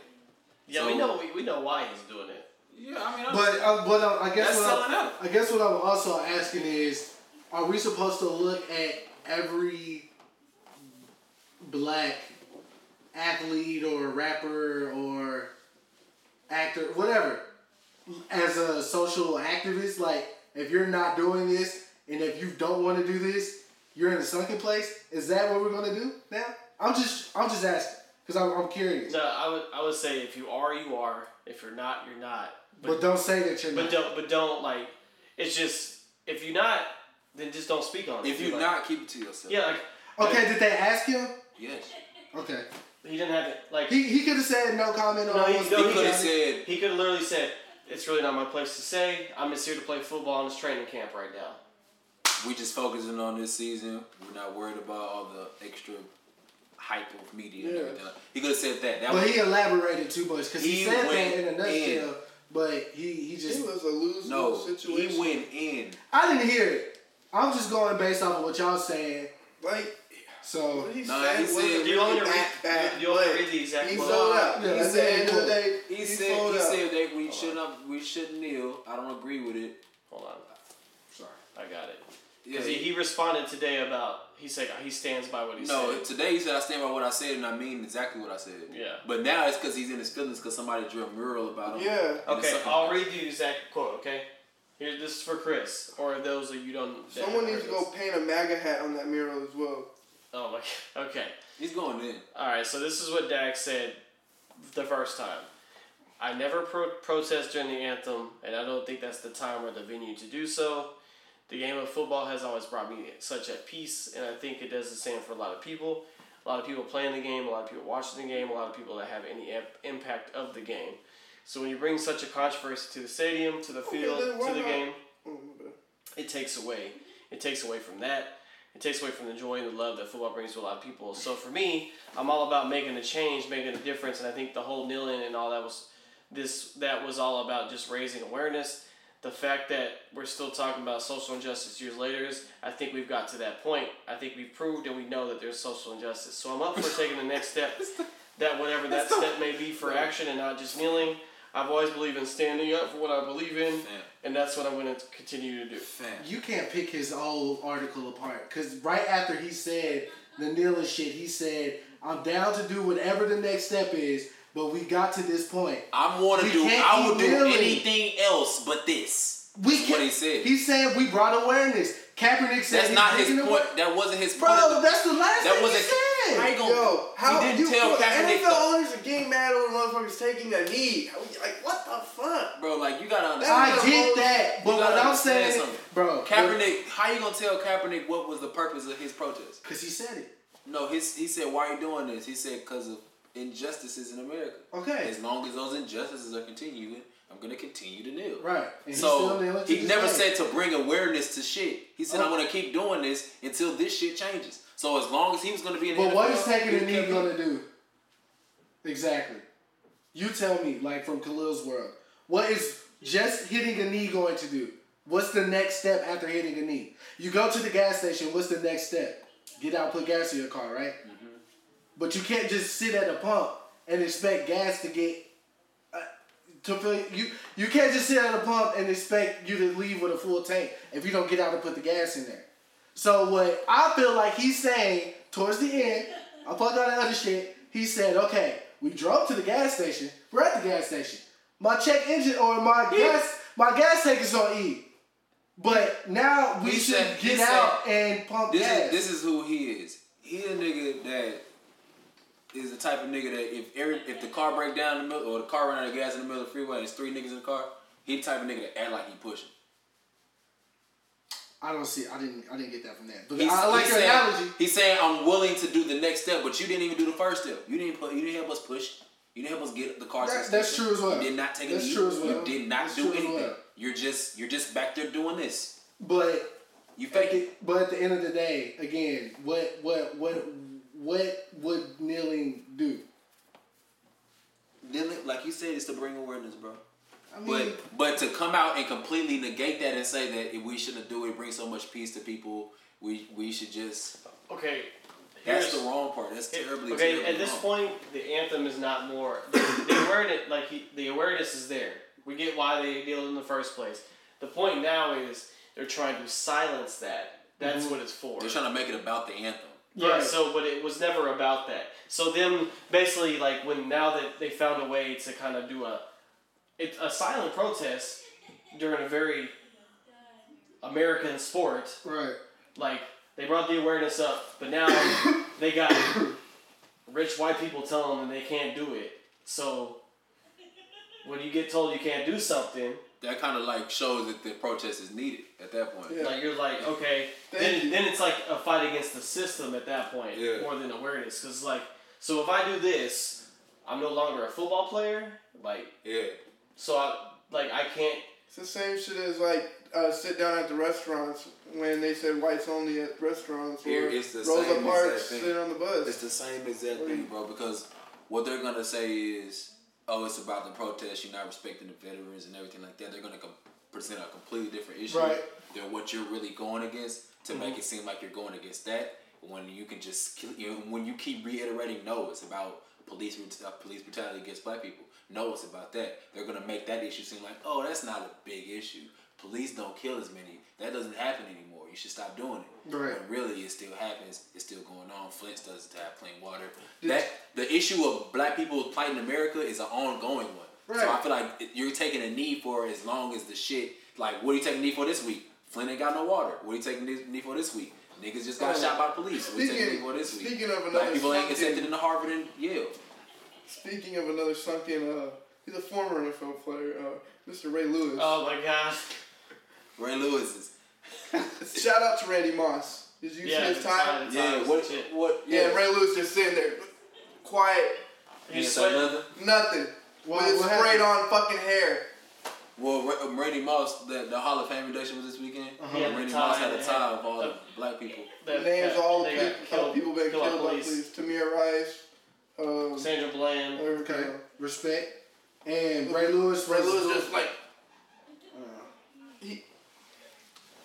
yeah, we know we, we know why he's doing it. Yeah, I mean, I'm, But uh, but uh, I guess That's what selling I, out. I guess what I'm also asking is, are we supposed to look at every black athlete or rapper or actor, whatever, as a social activist? Like, if you're not doing this and if you don't want to do this, you're in a sunken place. Is that what we're gonna do now? I'm just I'm just asking. Because I'm, I'm curious. No, I would I would say if you are, you are. If you're not, you're not. but, don't say that you're But not. don't but don't like it's just if you're not, then just don't speak on it. If you're Like, not, keep it to yourself. Yeah, like okay, did they ask him? Yes. Okay. he didn't have it like He, he could have said no comment on No, he- what's no, He he going could have on. said, He could have literally said, "It's really not my place to say. I'm just here to play football in this training camp right now." "We just focusing on this season. We're not worried about all the extra hype of media." and Yeah. everything." He could have said that. That But was he elaborated too much because he, He said that went in a nutshell. in. But he, he just It was a lose no. lose situation. He went in. I didn't hear it. I'm just going based off of what y'all saying. Like So what he Nah, said he wasn't said- Do you want me to really read? that bad, do you want me to but read the exact He quote? sold Yeah, out. he that's said end of the cool. day, He, he said sold he out. said that we shouldn't we shouldn't kneel. I don't agree with it. Hold on, sorry. I got it. Yeah. Because he, he responded today about he said he stands by what he no, said. today he said I stand by what I said and I mean exactly what I said. Yeah. But now it's because he's in his feelings because somebody drew a mural about him. Yeah. And it's Okay, something- I'll read you the exact quote. Okay, here this is for Chris or those that you don't. that Someone haven't needs to heard go this. paint a MAGA hat on that mural as well. Oh my. [laughs] God. Okay. He's going in. All right, so this is what Dak said the first time. I never pro- protest during the anthem, and I don't think that's the time or the venue to do so. The game of football has always brought me such a peace, and I think it does the same for a lot of people. A lot of people playing the game, a lot of people watching the game, a lot of people that have any imp- impact of the game. So when you bring such a controversy to the stadium, to the field, then why to the not? game, it takes away. It takes away from that. It takes away from the joy and the love that football brings to a lot of people. So for me, I'm all about making a change, making a difference, and I think the whole kneeling and all that was this that was all about just raising awareness. The fact that we're still talking about social injustice years later is, I think we've got to that point. I think we've proved and we know that there's social injustice. So I'm up for taking the next step, that whatever that step may be for action and not just kneeling. I've always believed in standing up for what I believe in, and that's what I'm going to continue to do. You can't pick his old article apart because right after he said the kneeling shit, he said, "I'm down to do whatever the next step is, but we got to this point. I want We to do. can't I keep will do kneeling. anything else but this. We That's can't." what he said. He said we brought awareness. Kaepernick said That's he's not his bringing point. awa- That wasn't his point. Bro, that's the last That thing wasn't. he said. I ain't gonna. Yo, how he didn't you tell put- Kaepernick. NFL the- owners are getting mad over motherfuckers taking a knee. How- Like what the fuck? bro, like you gotta understand. I get that, but You what gotta I'm understand saying, something. bro, Kaepernick, how you gonna tell Kaepernick what was the purpose of his protest? because he said it. No, his he said, "Why are you doing this?" He said, "Because of injustices in America." Okay. As long as those injustices are continuing, I'm gonna continue to kneel. Right. And he's still so kneeling to he this never day. said to bring awareness to shit. He said, "I'm Oh. gonna keep doing this until this shit changes." So as long as he was gonna be in the But what NFL, is taking he a knee kept- gonna do? Exactly. You tell me, like from Khalil's world, what is just hitting a knee going to do? What's the next step after hitting a knee? You go to the gas station. What's the next step? Get out, put gas in your car, right? But you can't just sit at a pump and expect gas to get uh, to fill you. You can't just sit at a pump and expect you to leave with a full tank if you don't get out and put the gas in there. So what I feel like he's saying towards the end, I fucked all that other shit. He said, "Okay, we drove to the gas station. We're at the gas station. My check engine or [laughs] my gas, my gas tank is on E. But now we He should said- he get said- out and pump This gas. is this is who he is. He a nigga that is the type of nigga that if every if the car break down in the middle or the car run out of gas in the middle of the freeway and it's three niggas in the car, he the type of nigga that act like he pushing. I don't see. I didn't. I didn't get that from that. But He's, I like he's your saying, analogy. He's saying I'm willing to do the next step, but you didn't even do the first step. You didn't put. You didn't help us push. You didn't help us get the car. to That- the that's station. true as well. You did not take a That's knee. true as well. You did not That's do true as anything. well. You're just you're just back there doing this. But You fake At it. the- but at the end of the day, again, what what what what would kneeling do? Then, like you said, it's to bring awareness, bro. I mean, But but to come out and completely negate that and say that if we shouldn't do it, bring so much peace to people. We we should just. Okay. That's here's- the wrong part. That's terribly. okay, terribly at this wrong. point, the anthem is not more. The, the awareness, like he, the awareness is there. We get why they deal in the first place. The point now is they're trying to silence that. That's what it's for. they're trying to make it about the anthem. Yeah, Right. so but it was never about that. So them basically like when now that they found a way to kind of do a it, a silent protest during a very American sport, right. [coughs] like they brought the awareness up, but now they got rich white people tell them that they can't do it. So when you get told you can't do something, That kind of like shows that the protest is needed at that point. Yeah. like you're like, okay, Thank then, you. then it's like a fight against the system at that point Yeah. more than awareness. Because like, so if I do this, I'm no longer a football player. Like, Yeah. so I like I can't. It's the same shit as like uh, sit down at the restaurants when they said whites only at restaurants or Here, it's the Rosa same Parks exact thing. sit on the bus. It's the same exact thing, bro. Because what they're gonna say is, "Oh, it's about the protest. You're not respecting the veterans and everything like that." They're gonna com- present a completely different issue Right. Mm-hmm. than what you're really going against to make it seem like you're going against that. When you can just kill, you know, when you keep reiterating, "No, it's about police brut- uh, police brutality against black people." No, it's about that. They're gonna make that issue seem like, "Oh, that's not a big issue. Police don't kill as many. That doesn't happen anymore. You should stop doing it." Right. When really it still happens. It's still going on. Flint doesn't have clean water. That the issue of black people plight in America is an ongoing one. So I Right. feel like it- you're taking a knee for it as long as the shit. Like, what are you taking a knee for this week? Flint ain't got no water. What are you taking a knee for this week? Niggas just got Oh. shot by police. What are you taking a knee Speaking- for this week? speaking of black another people ain't fucking- accepted into Harvard and Yale. Speaking of another sunken, uh, he's a former NFL player, uh, Mr. Ray Lewis. Oh my gosh. Ray Lewis [laughs] is. Shout out to Randy Moss. Did you Yeah, see his the time? time. Yeah, Times what? and shit. What? Yeah, Ray Lewis just sitting there, quiet, You Yes, sweat- another. nothing, What- with his what sprayed on fucking hair. Well, Ra- um, Randy Moss, the, the Hall of Fame induction was this weekend. Uh-huh. He had the Randy Moss tie had a that tie had- of all the uh, black people. that- Names that all the they people, got how people been killed, by police. Tamir Rice. Um, Sandra Bland. everything Okay. else. Respect. And Ray Lewis. Ray Lewis just like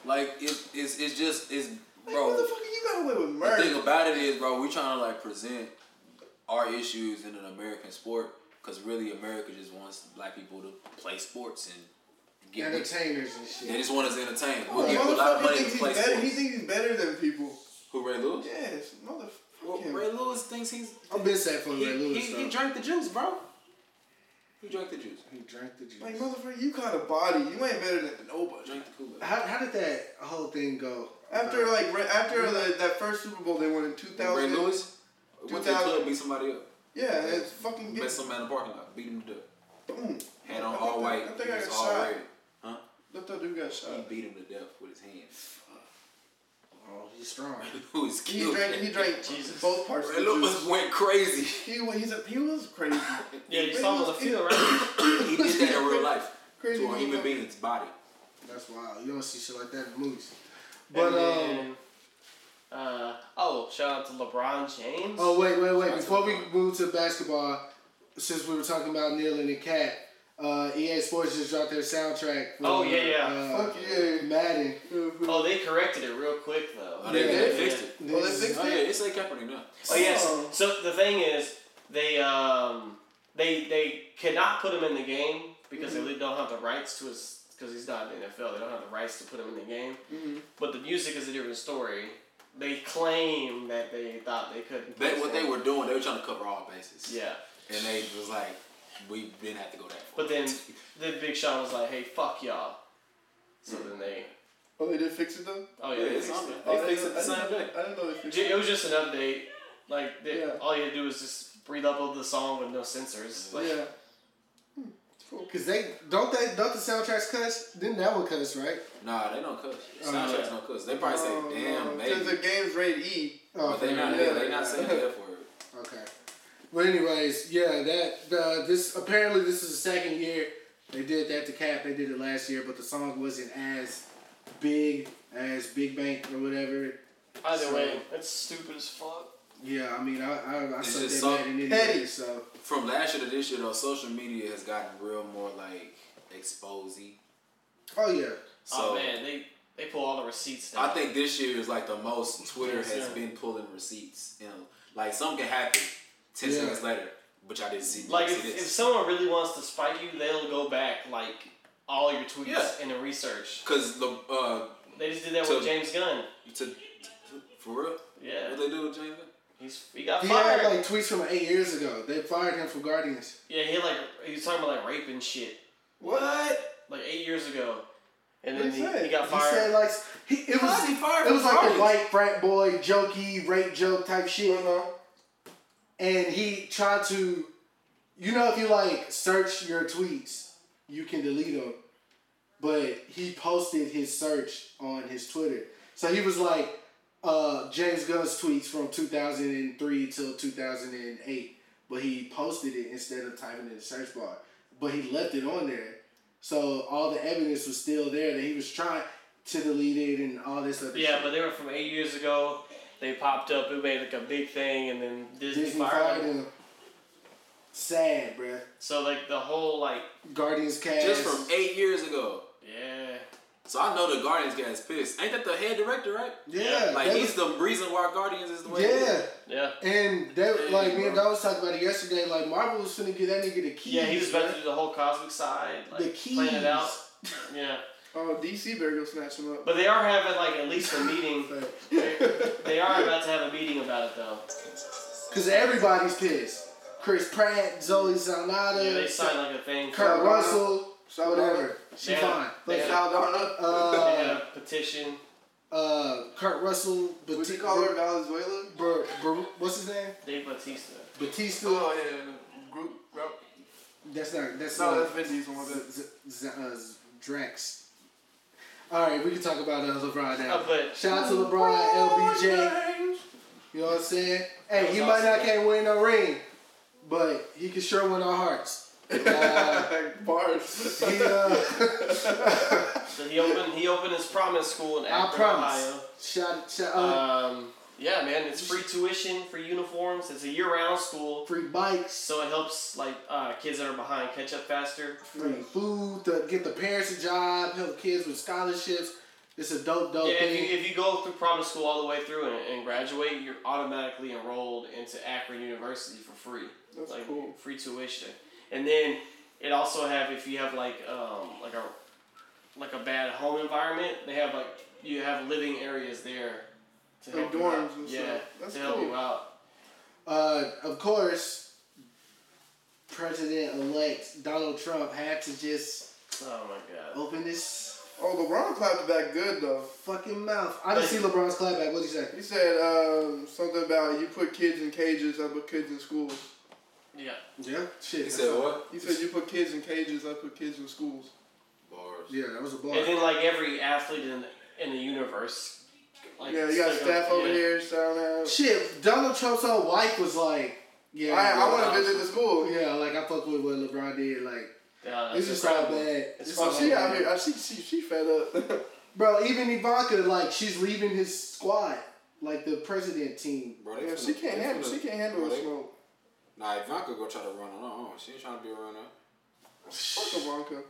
Like it's it's it's just it's Bro. What bro. the fuck you got away with The murder? thing about it is, bro, we trying to like present our issues in an American sport because really America just wants black people to play sports and get rich. entertainers and They shit. just want us entertained. We'll give you a lot of Motherfucker money to thinks he's play better. He sports. thinks he's better than people. Who Ray Lewis? Yes, Well, motherfucker. Ray Lewis thinks he's I've been sad for he, Ray he, Lewis. he though. drank the juice, bro. He drank the juice. He drank the juice. Like motherfucker, you caught a body. You ain't better than He nobody. drank the Kool Aid. How, how did that whole thing go? After like right after the, that first Super Bowl they won in two Ray thousand. Lewis went to the 2000. club, beat somebody up, Yeah, it's fucking met get some man in the parking lot, beat him to death. boom. Had on I think all that- white, I think he I was got all shot. red. Huh? Let that dude got He shot. beat him to death with his [laughs] hands. Oh, he's strong. Who is He drank. He drank both parts of [laughs] the Ray Lewis juice. went crazy. He wa- he's a, he was crazy. Yeah, you Ray saw him on the Lewis- field, right? He did that in real life [laughs] Crazy to a human motherfucker. being's body. That's wild. You don't see shit like that in movies. But And um. then, uh, oh, shout out to LeBron James. Oh wait, wait, wait! Before we move to basketball, since we were talking about kneeling and cat, uh, E EA Sports just dropped their soundtrack. For, Oh, yeah, yeah. Uh, Fuck yeah. Madden. Oh, they corrected it real quick though. Oh, they, they fixed it. Well, they fixed Oh yeah, it. it's like Kaepernick now. Oh yes. Oh. So the thing is, they um, they they cannot put him in the game because Mm-hmm. they don't have the rights to his because he's not in the NFL. They don't have the rights to put him in the game. Mm-hmm. But the music is a different story. They claim that they thought they couldn't. They, put what they him. were doing, they were trying to cover all bases. Yeah. And they was like, we didn't have to go that far. But then then Big Sean was like, "Hey, fuck y'all." So Mm-hmm. then they. Oh, they did fix it though. Oh Yeah, yeah. they it's fixed on it. there. Oh, They fixed it the I same didn't know- day. I didn't know they fixed J- it. It was just an update. Like they, Yeah. all you had to do was just re-upload the song with no censors. Like, Yeah. Hmm. Cause they don't they don't the soundtracks cuss? Didn't that one cuss right? Nah, they don't cuss. Soundtracks don't cuss. They probably say, damn, Um, maybe. Since the game's rated E. Oh, but they not, Yeah. yeah, they not [laughs] saying that for it. okay. But anyways, yeah, that uh, this apparently this is the second year they did that to Cap. They did it last year, but the song wasn't as big as Big Bank or whatever. Either So- way, that's stupid as fuck. Yeah, I mean, I I, I It's said just that so Madden petty. anyway, so From last year to this year, though, social media has gotten real more like exposy. oh yeah. So, oh man, they they pull all the receipts now. I think this year is like the most Twitter Yes, has yeah. been pulling receipts. You know, like something can happen ten Yeah. seconds later, but y'all didn't see. like see if, this. if someone really wants to spite you, they'll go back like all your tweets Yeah. and the research. Cause the uh, They just did that So- with James Gunn. to, to- for real, Yeah, what they do with James? Gunn? he's he got He fired. had like tweets from eight years ago. They fired him from Guardians. yeah, he had, like he was talking about like rape and shit What? like eight years ago, and What'd then he he, say? he got He fired. said like he, it How was is he fired it was like from a Guardians? white frat boy jokey rape joke type shit. Uh-huh. and he tried to, you know, if you like search your tweets, you can delete them. But he posted his search on his Twitter. So he was like, uh, James Gunn's tweets from 2003 till 2008. But he posted it instead of typing it in the search bar. But he left it on there. So all the evidence was still there that he was trying to delete it and all this other Yeah, shit. but they were from eight years ago. They popped up. It made like a big thing, and then Disney, Disney fired fired them. him. Sad, bruh. So like the whole like Guardians cast. Just from eight years ago. yeah. So I know the Guardians guy is pissed. Ain't that the head director, right? yeah, Like that he's the reason why Guardians is the was- way. it yeah. is. Yeah. And that, like me and Don was talking about it yesterday. Like Marvel was finna give that nigga the keys. Yeah, he was about bruh. to do the whole cosmic side, like the plan it out. keys. Yeah, Oh, DC better go snatch him up. but they are having like at least a meeting. But- they, they are about to have a meeting about it though. [laughs] Cause everybody's pissed. Chris Pratt, Zoe Zanata, Yeah, they signed like a thing. Uh, Kurt Saldana. Russell, Saldana. whatever. She Yeah. fine. But They had- Saldana. they uh, had a petition. uh, Kurt Russell, Would Bati- you call her Valenzuela? Bar- Bar- what's his name? Dave Batista. Batista. Oh yeah, yeah, yeah. group. Bro. That's not. That's No, not. that's Vin Diesel. my bad. Z- Z- uh, Z- Drax. All right, we can talk about uh, LeBron now. Oh, but- Shout out to LeBron, LBJ. You know what I'm saying? Hey, he was might not awesome. can't win no ring, but he can sure win our hearts. Uh, Bars. he, uh, So he opened he opened his promise school in I Akron, promise. Ohio. Shout, shout uh, out Um, yeah, man, it's free tuition, free uniforms. It's a year-round school, free bikes, so it helps like uh, kids that are behind catch up faster. free food to get the parents a job, help kids with scholarships. It's a dope, dope Yeah, if thing. you, if you go through promise school all the way through and, and graduate, you're automatically enrolled into Akron University for free. That's like, cool. Free tuition, and then it also have if you have like um like a like a bad home environment, they have like you have living areas there to Like help you out. dorms and yeah, stuff. That's to help cool. you out. Uh, of course, President elect Donald Trump had to just Oh my god. open his [laughs] Oh, LeBron clapped back good though. fucking mouth. I didn't see LeBron's clapback. What did he say? He said um, something about you put kids in cages. I put kids in schools. Yeah. Yeah, shit. He said what? He said you put kids in cages. I put kids in schools. Bars. Yeah, that was a bar. And then like every athlete in in the universe, like Yeah, you got stick staff up- over yeah. here, sound out. Shit, Donald Trump's old wife was like, yeah, I, I yeah, want to visit the school. yeah, like I fuck with what LeBron did. Like, Yeah, that's it's just all incredible. bad. Uh, It's Oh, fucking she out bad. here. I see. She, she fed up. [laughs] Bro, even Ivanka, like, she's leaving his squad, like the president team. Bro, they yeah, finna- she can't they handle. finna- She can't handle bro, the they- smoke. Nah, Ivanka go try to run on her own. She ain't trying to be a runner. Fuck Ivanka.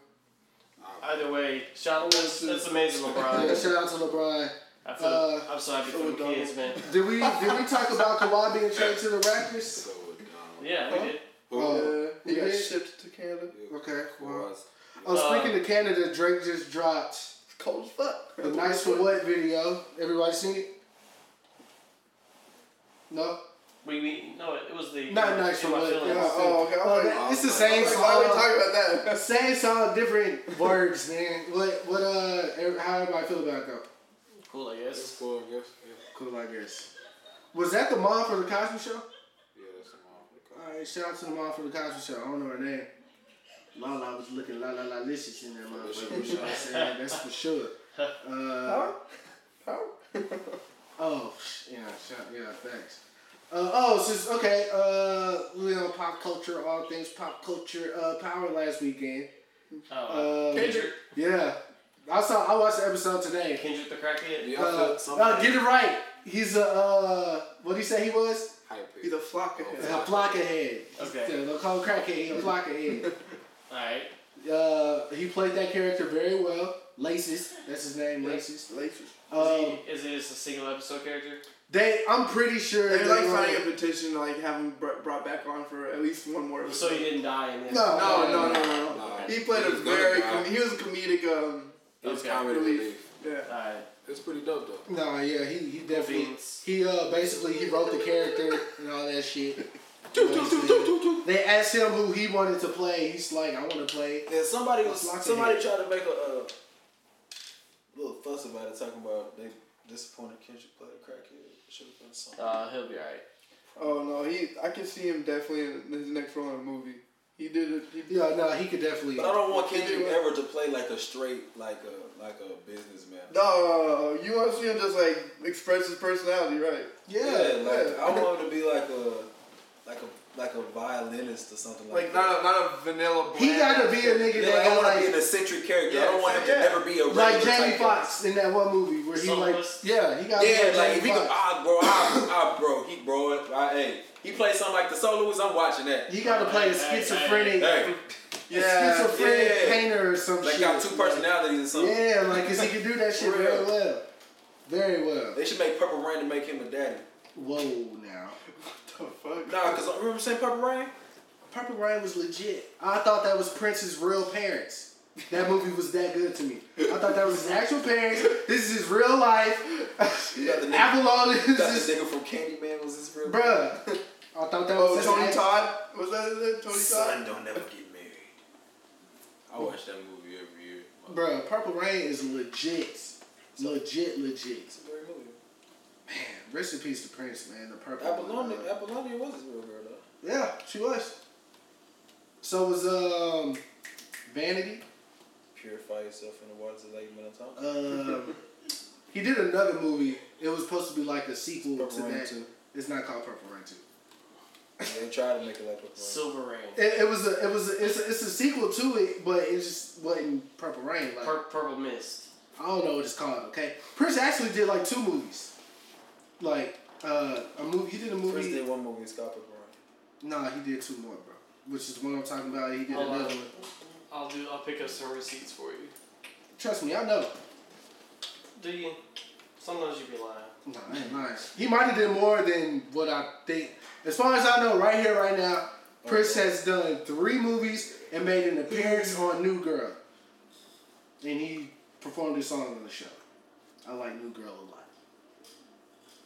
Either way, shout out. That's, that's amazing, [laughs] LeBron. Shout out to LeBron. I feel, Uh, I'm so happy for the kids, man. Did we did we talk about Kawhi being traded to the Raptors? So um, dumb. Yeah, we did. Oh, Yeah, he got yeah. shipped to Canada. Okay. Well, Bars. oh, speaking of Canada, Drake just dropped It's cold as fuck. the "Nice for What" video. Everybody seen it? No. We, we no, it, it was the Not nice in for my what- feelings. Yeah, oh, okay. I'm Oh, like, that- it's the I'm same like, why are we song. talking about [laughs] that? Same song, different words, man. What what uh? ev- How everybody feel about it though? Cool, I It's guess. cool, I guess. Yeah, Cool, I guess. Was that the mom for the Cosby Show? yeah that's some awful. All right, shout out to the mom for the Cosby Show. I don't know her name. Lala was looking la la la licious in that motherfucker. You know what I'm saying? That's for sure. Uh, oh, sh- yeah, shout, yeah, thanks. Uh, oh, since okay, uh, you know, pop culture, all things pop culture, uh, power last weekend. Oh, Uh, Kendrick, Yeah, I saw. I watched the episode today. Kendrick the crackhead. Yeah, I Uh, feel some uh, get it right. He's a uh, what do you say he was? hype here. Oh, He's a flock of him. A blockhead. Okay. Yeah, Don't call him crackhead. He's a [laughs] blockhead. All right. Uh, he played that character very well. Laces, that's his name, Laces. Laces. Um, is, he, is it just a single episode character? they, I'm pretty sure They're they like were- signing a petition to like have him br- brought back on for at least one more So episode. he didn't die in this. No, No, no, no, no. Nah, He played a was gonna very. die. Com- he was a comedic. Um, It was Okay. comedy Relief. relief. yeah. All right. It's pretty dope though. No, yeah, he he definitely Beans. he uh basically he wrote the character and all that shit. You know what I'm saying? They asked him who he wanted to play. He's like, I want to play. Yeah, somebody was Lock it somebody in. tried to make a uh, little fuss about it, talking about they disappointed Kendrick played crackhead. Should have been something. Uh, he'll be all right. Oh no, he. I can see him definitely in his next role in a movie. He did it. He, Yeah, no, he could definitely. But I don't want Kendrick ever to play like a straight, like a like a businessman. No, uh, you want to see him just like express his personality, right? Yeah, like yeah. I want him to be like a like a like a violinist or something like, Like that. not a, not a vanilla. He gotta be a nigga Yeah, that like, I got want to like, be an eccentric character. I don't want him to yeah. never be a regular like Jamie type Foxx in that one movie where he like Soloist? yeah he got guy. Yeah, like if Jamie he could, Foxx. ah, bro, ah, ah, bro, he bro, I, hey, he plays something like the soloist. I'm watching that. He got to play a schizophrenic, Hey, a schizophrenic yeah. painter or some like shit. got two personalities or something. Yeah, like cause he can do that shit [laughs] For very real. well, very well. They should make Purple Rain to make him a daddy. Whoa [laughs] now, Fuck. Nah, cause remember saying Purple Rain? Purple Rain was legit. I thought that was Prince's real parents. That movie was that good to me. I thought that was his actual parents. This is his real life. You got the [laughs] nigga, Avalon is you got this his nigga from Candyman was his real bruh. I thought that Oh, was his Tony act- Todd. Was that his name? Tony Son Todd. don't never get married. I watch that movie every year. My Bruh, Purple Rain is legit. Legit, legit. favorite movie. Man, rest in peace to Prince, man. The Purple Apollonia, Rain. Apollonia was his real girl though. Yeah, she was. So was um Vanity. Purify yourself in the waters of Lake Minnetonka. Um, he did another movie. It was supposed to be like a sequel Purple to Rain that. 2. It's not called Purple Rain Two. they tried to make it like a so, Silver Rain. It, it was a it was a, it's a, it's a sequel to it, but it just wasn't Purple Rain. Like Pur- Purple Mist. I don't know what it's called. Okay, Prince actually did like two movies, like uh, a movie. He did a First movie. did one movie with Scott Pilgrim. Nah, he did two more, bro. Which is what I'm talking about. He did Hold another on. one. I'll do. I'll pick up some receipts for you. Trust me, I know. Do you? Sometimes you be lying. Nah, I ain't lying. He might have did more than what I think. As far as I know, right here, right now, Prince has done three movies and made an appearance Mm-hmm. on New Girl. And he performed his song on the show. I like New Girl a lot.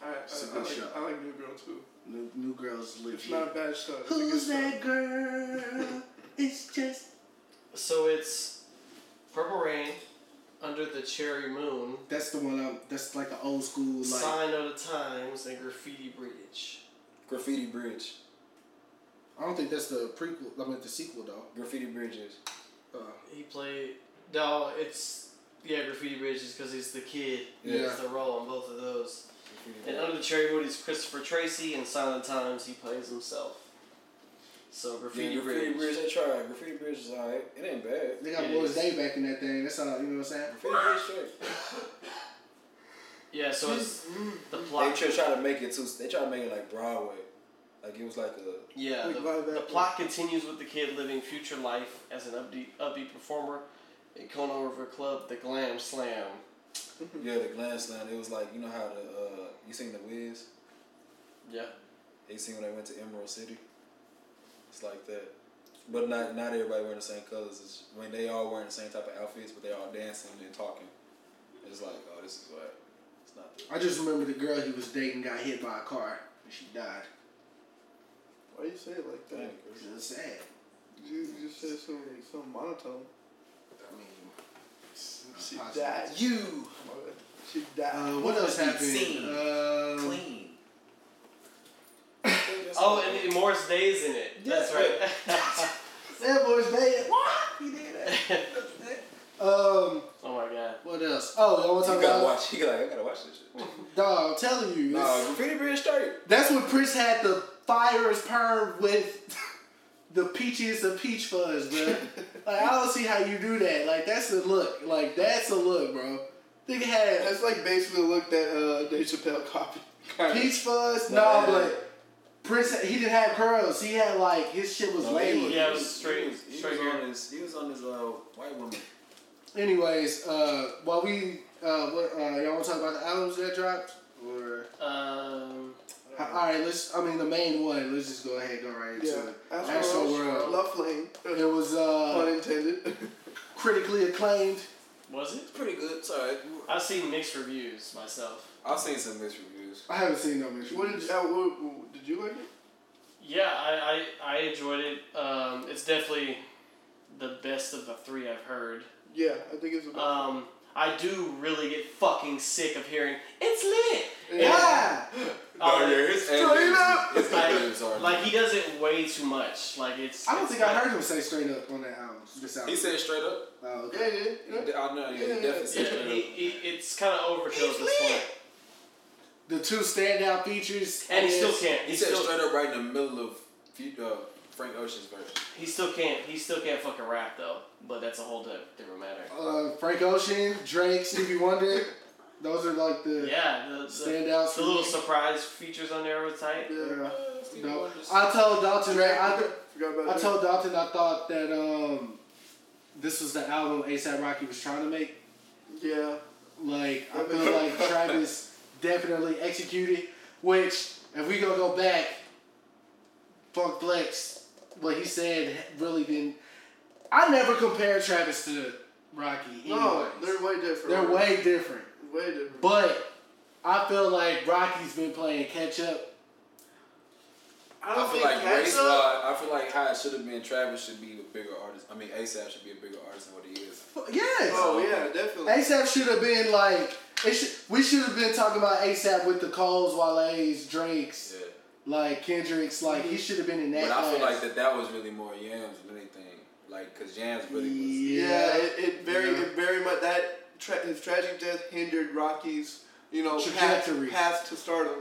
I, I, It's a I, good like, shot. I like New Girl too. New, New Girl's It's not a legit. bad shot. It's a good Who's shot. that [laughs] girl? it's just. So it's Purple Rain, Under the Cherry Moon, That's the one I'm. That's like the old school, like. Sign of the Times, and Graffiti Bridge. Graffiti Bridge. I don't think that's the prequel. I mean, the sequel, though. Uh, Graffiti Bridges. He played. No, it's yeah. Graffiti Bridge is because he's the kid. Yeah. He's the role on both of those. And under the cherry moon is Christopher Tracy, and Silent Times he plays himself. So graffiti, Graffiti, yeah, Graffiti bridge. Bridge. They tried. Graffiti Bridge is alright. It ain't bad. They got It Boys is. Day back in that thing. That's all, you know what I'm saying? Graffiti Bridge straight. Yeah. So it's the They plot. try try to make it too. They try to make it like Broadway. Like it was like a. Yeah, Like, the, why that- the plot continues with the kid living future life as an upbeat, upbeat performer at Kona River Club, the Glam Slam. Yeah, the glam slam. It was like you know how the uh, you seen the Wiz. Yeah. They seen when they went to Emerald City. It's like that. But not not everybody wearing the same colors. It's when they all wearing the same type of outfits, but they all dancing and talking. It's like, oh, this is what. It's not. The, I just remember the girl he was dating got hit by a car and she died. Why you say it like that? It's just sad. You just said something some monotone. I mean, She died. you uh, She died. Uh, what else happened? Uh, clean. Oh, and, and Morris Day's in it. That's right. [laughs] that boy's dead. What? He did that. um, oh my god. what else? Oh, y'all want to You talk gotta about? watch. You gotta, I gotta watch this [laughs] shit. Dog, I'm telling you, Nah, it's- Graffiti Bridge straight. that's when Prince had the fires perm with [laughs] the peachiest of peach fuzz, bro. [laughs] like I don't see how you do that. Like that's a look. Like that's a look, bro. Nigga had That's like basically a look that uh, Dave Chappelle copied. Peach fuzz? No, Nah. but Prince he didn't have curls. He had like his shit was laid. Yeah, it was straight- He was, he straight was hair. on his. He was on his uh, white woman. Anyways, uh, while we uh, what, uh, y'all want to talk about the albums that dropped or Um, all right, let's. I mean the main one. Let's just go ahead and go right into uh, Yeah. it. Astro, Astro World. World. Love Lane. It was Pun uh, intended. [laughs] critically acclaimed. was it? Pretty good. It's alright. I've seen mixed reviews myself. I've seen some mixed reviews. I haven't seen no mixed what did you, uh, what, what- did you like it? Yeah, I, I, I enjoyed it. Um, it's definitely the best of the three I've heard. Yeah, I think it's about. Um, I do really get fucking sick of hearing it's lit. Yeah. Oh, yeah, his straight up. His adlibs are. Like, like he does it way too much. Like it's. I don't it's think I like- heard him say straight up on that album. This album. he said straight up. oh, okay. He did- I know. He Yeah. definitely [laughs] said Yeah, he, straight up. he, it's kind of overkill at this point, The two standout features. and he is- still can't. He, He said still straight up right in the middle of Fe- uh, Frank Ocean's verse. he still can't. He still can't fucking rap though. But that's a whole di- different matter. Uh, Frank Ocean, Drake, Stevie Wonder. Those are like the. Yeah, the, the, Standouts the for little me. surprise features on there was tight. Yeah. Stevie No. Wonder's- I told Dalton. Right, I, Forgot about I that. told Dalton I thought that um, this was the album ASAP Rocky was trying to make. Yeah. Like I [laughs] feel like Travis definitely executed. Which, if we gonna go back, Funk Flex, what he said really didn't. I never compare Travis to Rocky. No, anyways. they're way different. E they're way different. way different. But I feel like Rocky's been playing catch up. I I don't feel think like Cat's race wise, up- I feel like how it should have been. Travis should be a bigger artist. I mean, ASAP should be a bigger artist than what he is. Yes. Oh yeah, definitely. ASAP should have been like it should, we should have been talking about ASAP with the Coles, Wale's, Drakes, Yeah. like Kendrick's. Like he should have been in that. But I feel class. like that that was really more Yams than anything. Like, cause Yams really was. Yeah. Yeah, it, it very, Yeah. it very much that tra- his tragic death hindered Rocky's, you know, Trajectory. path, path to stardom.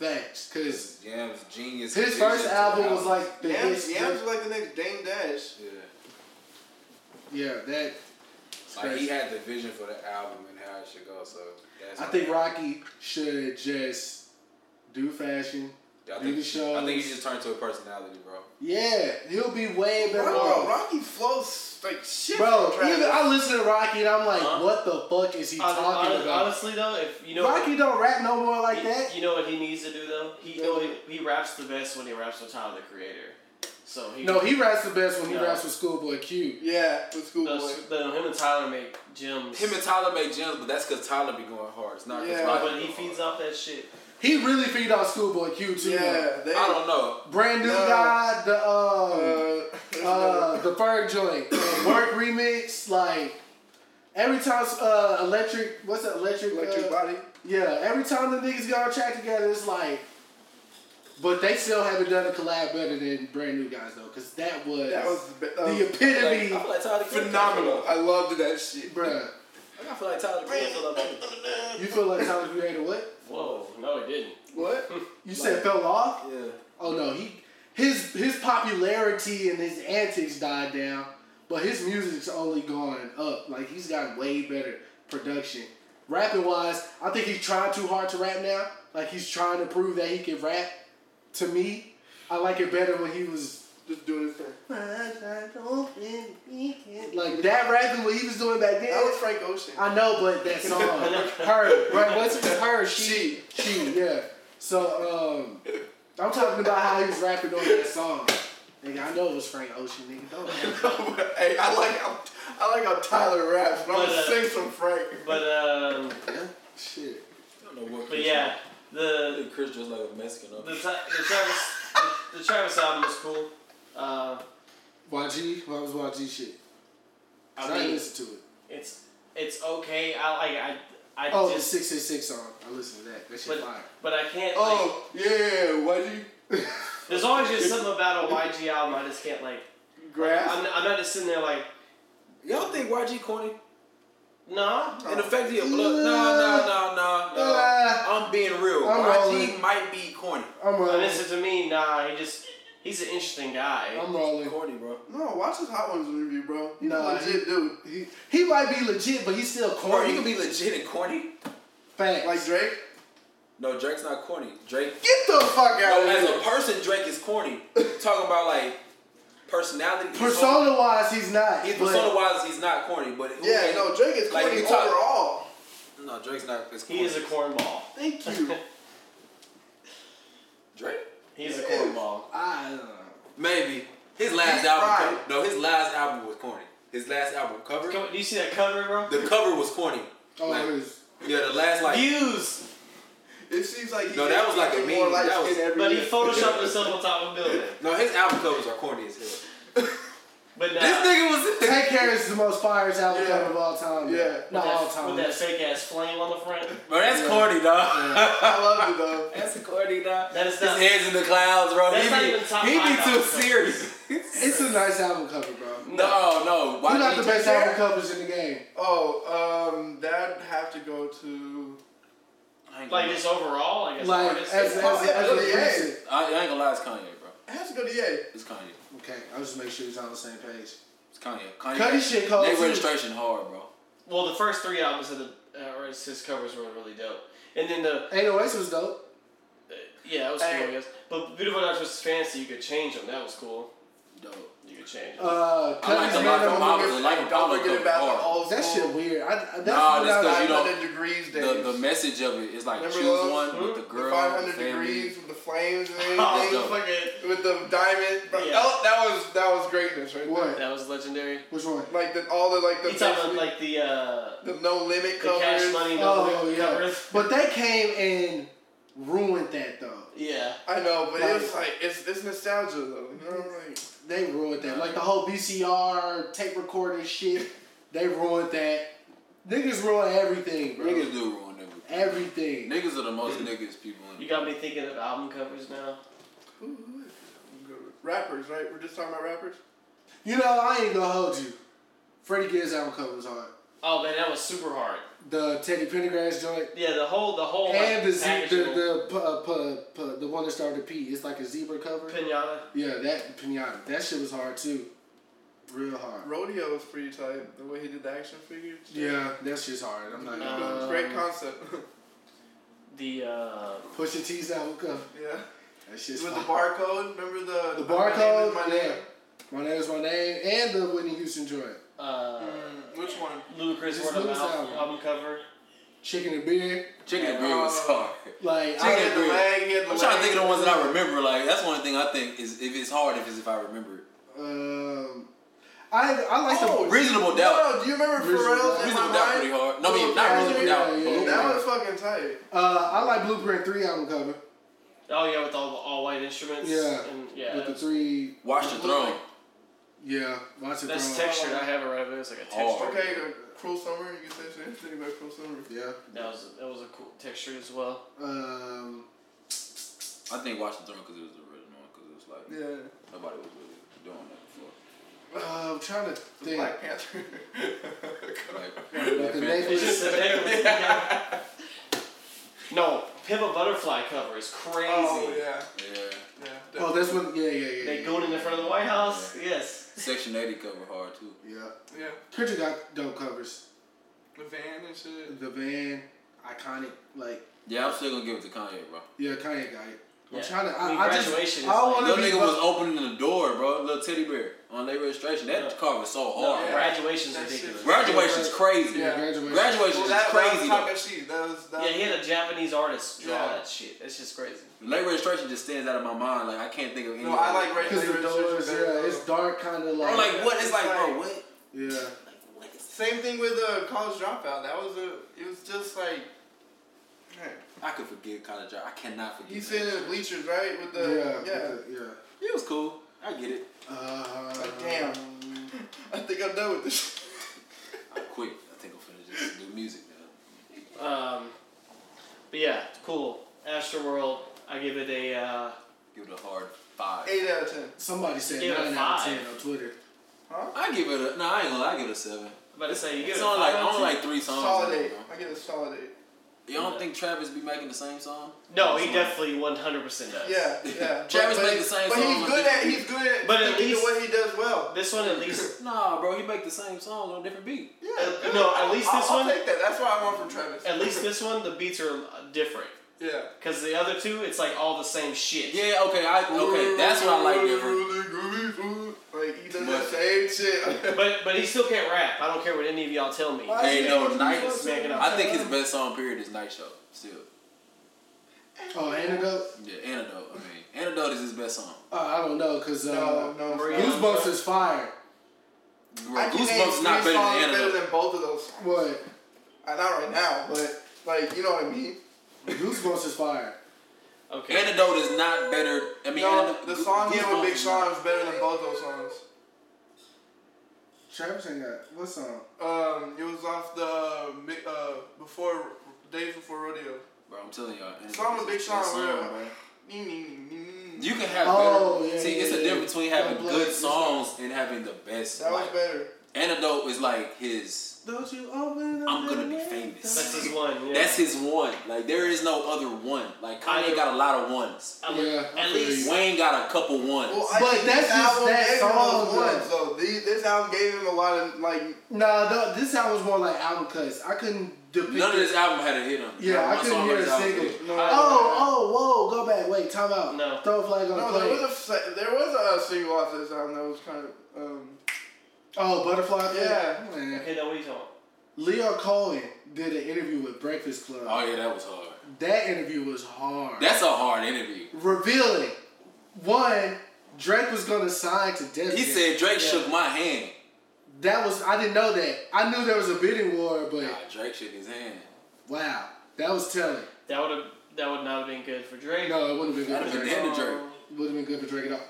Facts, because Yams genius. his vision first to album how- was like the Yams, hits. Yams was like the next Dame Dash. Yeah. Yeah, that. Like crazy. he had the vision for the album and how it should go. So that's I think Rocky should just do fashion, I do think, the shows. I think he just turned to a personality, bro. yeah, he'll be way better Bro, off. Rocky flows like shit. Bro, from [laughs] Travis. even I listen to Rocky and I'm like, Huh? what the fuck is he Hon- talking hon- about? Honestly though, if you know Rocky don't rap no more like you, that. you know what he needs to do though. He know he, he raps the best when he raps with Tyler the Creator. So he No, he raps the best when he No. raps with Schoolboy Q. yeah, with Schoolboy. No, no, him and Tyler make gems. Him and Tyler made gems, but that's cause Tyler be going hard. It's not Yeah. cause Rocky. but he feeds off that shit. He really feed on Schoolboy Q too. though. Yeah, they. I don't know. Brand new No. guy, the um, Uh, uh, the Ferg joint, Work remix, like every time uh, electric, what's that electric? uh, electric body. Yeah, every time the niggas get on track together, it's like. But they still haven't done a collab better than brand new guys though, because that was That was the, be- um, that the was epitome, [laughs] I feel like Tyler the Creator- phenomenal. I loved that shit. bruh. I feel like Tyler the Creator felt like that. You feel like Tyler the Creator? What? Whoa, no, he didn't. What? You said fell off? Yeah. Oh no, he his his popularity and his antics died down, but his music's only gone up. Like he's gotten way better production. Rapping wise, I think he's trying too hard to rap now. Like he's trying to prove that he can rap. To me, I like it better when he was Just doing his thing. like that rapping what he was doing back then. That was Frank Ocean. I know, but that [laughs] song, her, right? What's it, her? She, she, yeah. So, um, I'm talking about how he was rapping on that song. Nigga, I know it was Frank Ocean. Nigga, [laughs] don't. [laughs] hey, I like how, I like how Tyler raps, but But, I'm gonna uh, sing some Frank. But um, Shit. I don't know what. but Chris yeah, was- I the think Chris just like a Mexican. the, Huh? Ty- the Travis the, the Travis album was cool. Uh, YG, why was YG shit? I, I mean, listen to it. it's it's okay. I like I I Oh, the just six six six song. I listened to that. That shit but, fire. but I can't. like, Oh yeah, what do you there's always just something [laughs] about a YG album I just can't like. grasp? I'm, I'm not just sitting there like Y'all think YG corny? nah. In effect, he a blood. Nah, nah, nah, nah, Uh, nah. I'm being real. I'm YG rolling. might be corny. I'm And rolling. this is to me, nah. He just he's an interesting guy. I'm rolling. Corny, bro. No, watch his Hot Ones interview, bro. He's Nah, a legit dude. He, he might be legit, but he's still Bro, you corny. can be legit and corny. Facts. Like Drake. No, Drake's not corny. Drake. Get the fuck out No, of as here. a person, Drake is corny. Talking about like personality. he's so- persona wise, he's not. He's but- persona wise, he's not corny, but who Yeah, can- no, Drake is Like, corny you talk- overall. No, Drake's not. As corny. he is a cornball. Thank [laughs] you. Drake. He's a cornball. I uh, don't know. Maybe his last He's album. fried. No, his last album was corny. His last album cover. Come- Do you see that cover, bro? The cover was corny. Oh, Like, it was- yeah, the last like Views, it seems like he No, that was like a he's meme. more That light was- skin every but he year. photoshopped himself on top of a building. [laughs] no, his album covers are corny as hell. But nah, This nigga was Take Hair is the most fire's album Yeah. cover of all time. Yeah. Not That- all time. with that fake ass flame on the front. Bro, that's corny, dog. [laughs] I love it though. That's corny, dog. That is [laughs] His not- head's in the clouds, bro. That's he not be, even top he be five too albums. serious. [laughs] It's a nice album cover, bro. no, no. Why Who's not did the he best take album that? covers in the game? Oh, um, that'd have to go to. I ain't Like gonna- just overall, like as Like artists. as as, Oh, as, yeah, as oh, a yeah. recent- I, I ain't gonna lie, it's Kanye, bro. It has to E go to Ye. It's Kanye. Okay, I'll just make sure he's on the same page. It's Kanye. Kanye. Cuddy shit cold, They too. registration hard, bro. well, the first three albums of the uh, artists, his covers were really dope, and then the 808s was dope. yeah, that was cool, I Hey. guess. But Beautiful Dark Twisted Fantasy, you could change them. That was cool. Dope. You could change them. Uh, I like Cuddy's the Man Life of of Mama- Pablo. The Life of Don't Pablo forget cover about the hard. old That school shit weird. I, I- that's Nah, what that's I was, 'cause you 500 don't- degrees days. The, the message of it is like Remember choose those? one Hmm? with the The girl, 500 the family. degrees with the flames [laughs] and everything. oh, dope. fucking, With the diamond. But Yeah. oh, that was that was greatness right What? that was legendary. Which one? there. Like the, all the like the You talking about like the uh, the no limit the covers. Cash Money no Oh, yeah. covers? But they came and ruined that, though. Yeah, I know, but Like- it's like it's it's nostalgia though. You know, like They ruined that. Like the whole VCR, tape recorder shit, they ruined that. Niggas ruin everything, bro. Niggas do ruin everything. Everything. Niggas are the most niggas people in you got me thinking of album covers now. rappers, right? We're just talking about rappers. You know, I ain't gonna hold you. Freddie Gibbs album cover was hard. Oh man, that was super hard. The Teddy Pendergrass joint. Yeah, the whole the whole And the, like, ze- the, packaging. the, p- uh, p- p- the one that started with P. It's like a zebra cover. pinata. Yeah, that pinata. That shit was hard too. Real hard. Rodeo was pretty tight. The way he did the action figures. Yeah, that shit's hard. I'm not It gonna was a great concept. [laughs] The uh, push the T's album cover. yeah. That shit's With the hard. barcode, remember the The barcode, My name is my yeah. name. My name is my name, and the Whitney Houston joint. uh, Which one? Ludacris This word of Ludacris mouth album. album cover. Chicken and beer. Chicken and beer was Oh. hard. Like, He I, had the Green. leg. He had the I'm trying to think of the ones that I remember. remember. Like that's one thing I think is if it's hard if it's if I remember it. um, I, I like Oh, the. Reasonable doubt. No, do you remember Reasonable Doubt. Pharrell's in my Reasonable doubt pretty mind? hard. No, I mean not Yeah, reasonable yeah, doubt. yeah, but- yeah. That was fucking tight. Uh, I like Blueprint Three album cover. Oh yeah, with all the all white instruments. Yeah, and, yeah. with the that's- three. Watch the throne. Yeah, watch it. That's thrown. textured. I have it right there. It's like a texture. Hard. Okay, uh, Cruel Summer. You can say the same thing about Cruel Summer. Yeah. That was that was a cool texture as well. Um, I think Watch the Throne because it was the original because it was like Yeah. nobody was really doing that before. uh, I'm trying to think. Black Panther. [laughs] Like, [laughs] But the next It's just the neck [laughs] was- yeah. No, Pimp a Butterfly cover is crazy. oh yeah. yeah, Yeah. Oh, that's when. Yeah, yeah, yeah. They yeah, going in the front of the White House. Yes. Section 80 cover hard too. yeah. yeah. Kendrick got dope covers. The van and shit. The van, iconic. Like, Yeah, I'm still gonna give it to Kanye, bro. yeah, Kanye got it. I'm Yeah. trying to. I I, mean, I just. graduation is I like- want to Little be. nigga was bu- opening the door, bro. Little teddy bear on late registration. That Yeah. car was so No, hard. graduation's That shit- ridiculous. Graduation's crazy. Yeah, Yeah. graduation. Graduation Well, is that, that was crazy. though. Takashi. That was that. Yeah, he had a Japanese artist draw Yeah. that shit. That's just crazy. Late registration just stands out of my mind. Like I can't think of any. no, I like Ray. Because the doors, yeah, it's dark, kind of like. Bro, like what? It's like, bro, what? Yeah. Same thing with uh, College Dropout. That was a. It was just like. Man, I could forgive college job. I cannot forgive. he that said in the shit. bleachers, right? With Yeah. the yeah. Yeah. It was cool. I get it. Uh, Like, damn. [laughs] I think I'm done with this. I'm quick. I think I'm finna just do music now. Um, but yeah, cool. Astroworld. I give it a. Uh, Give it a hard five. Eight out of ten. Somebody said Give it a nine out of five. ten on Twitter. I give it a. No, I ain't gonna. lie, I give it a seven. I'm about to say you give It's it a only like five out of only ten? like three songs. Solid in eight. it, bro. I get a solid eight. You don't think Travis be making the same song? No, he definitely 100 percent does. Yeah, [laughs] yeah. Travis But- but made the same But song he's on good different at he's good at But at sticking to least- what he does well. This one at least. Nah, bro. He make the same song on a different beat. Yeah. Uh, no, at least I'll- this I'll one- take that. That's what I want from Travis. At least this one, the beats are uh, different. Yeah. Cause the other two, it's like all the same shit. Yeah. Okay. I okay. That's what I like different. different. Like he does the But- same [laughs] shit. But but he still can't rap. I don't care what any of y'all tell me. Ain't no night. Smack it up. I think his best song period is Night Show. Still. Oh, antidote. Yeah. Antidote. I mean, Antidote is his best song. Uh, I don't know, cause uh, no, no. Maria. Goosebumps is fire. Bro, I can name Goosebumps is not three better than songs better Antidote. than both of those. songs. What? Uh, Not right now, but like you know what I mean. Goosebumps is fire. Okay. Antidote is not better. I mean, No, Antidote- the song he had Goosebumps with Big is not- Sean is better than both those songs. Travis ain't got what song? Um, it was off the mi- uh before days before rodeo. Bro, I'm telling y'all. and- Song with Big Sean, that song, bro. bro. Nee, nee, nee, nee, nee. You can have Oh, better. yeah, See, yeah, it's a yeah. difference between having Don't blow good it. songs and having the best. That was like, better. Antidote is like his. Don't you open up I'm gonna the be window. famous. That's his one. Yeah. That's his one. Like there is no other one. Like Kanye Either- got a lot of ones. I'm- Yeah, I at feel least. Wayne got a couple ones. Well, I But think that's this just album that gave song, him though. those ones, though. The- This album gave him a lot of like. Nah, th- this sound was more like album cuts. I couldn't depict. None of it. this album had a hit on. it. Yeah, Not I one couldn't song hear on a this album single. hit. No, Oh, oh, whoa, go back, wait, time out. No. Throw a flag on no, the there plate. was a fa- there was a uh, single off this album that was kind of um. oh, butterfly. Effect? Yeah. Man. Okay, now what you talking? about? Leo Cohen did an interview with Breakfast Club. Oh yeah, that was hard. That interview was hard. That's a hard interview. Revealing. One, Drake was gonna sign to Def He Jam. said Drake shook my hand. that was I didn't know that. I knew there was a bidding war, but Nah, Drake shook his hand. wow, that was telling. That would have. That would not have been good for Drake. No, it wouldn't have been That'd good have for been Drake. dead to Drake. Wouldn't have been good for Drake at all.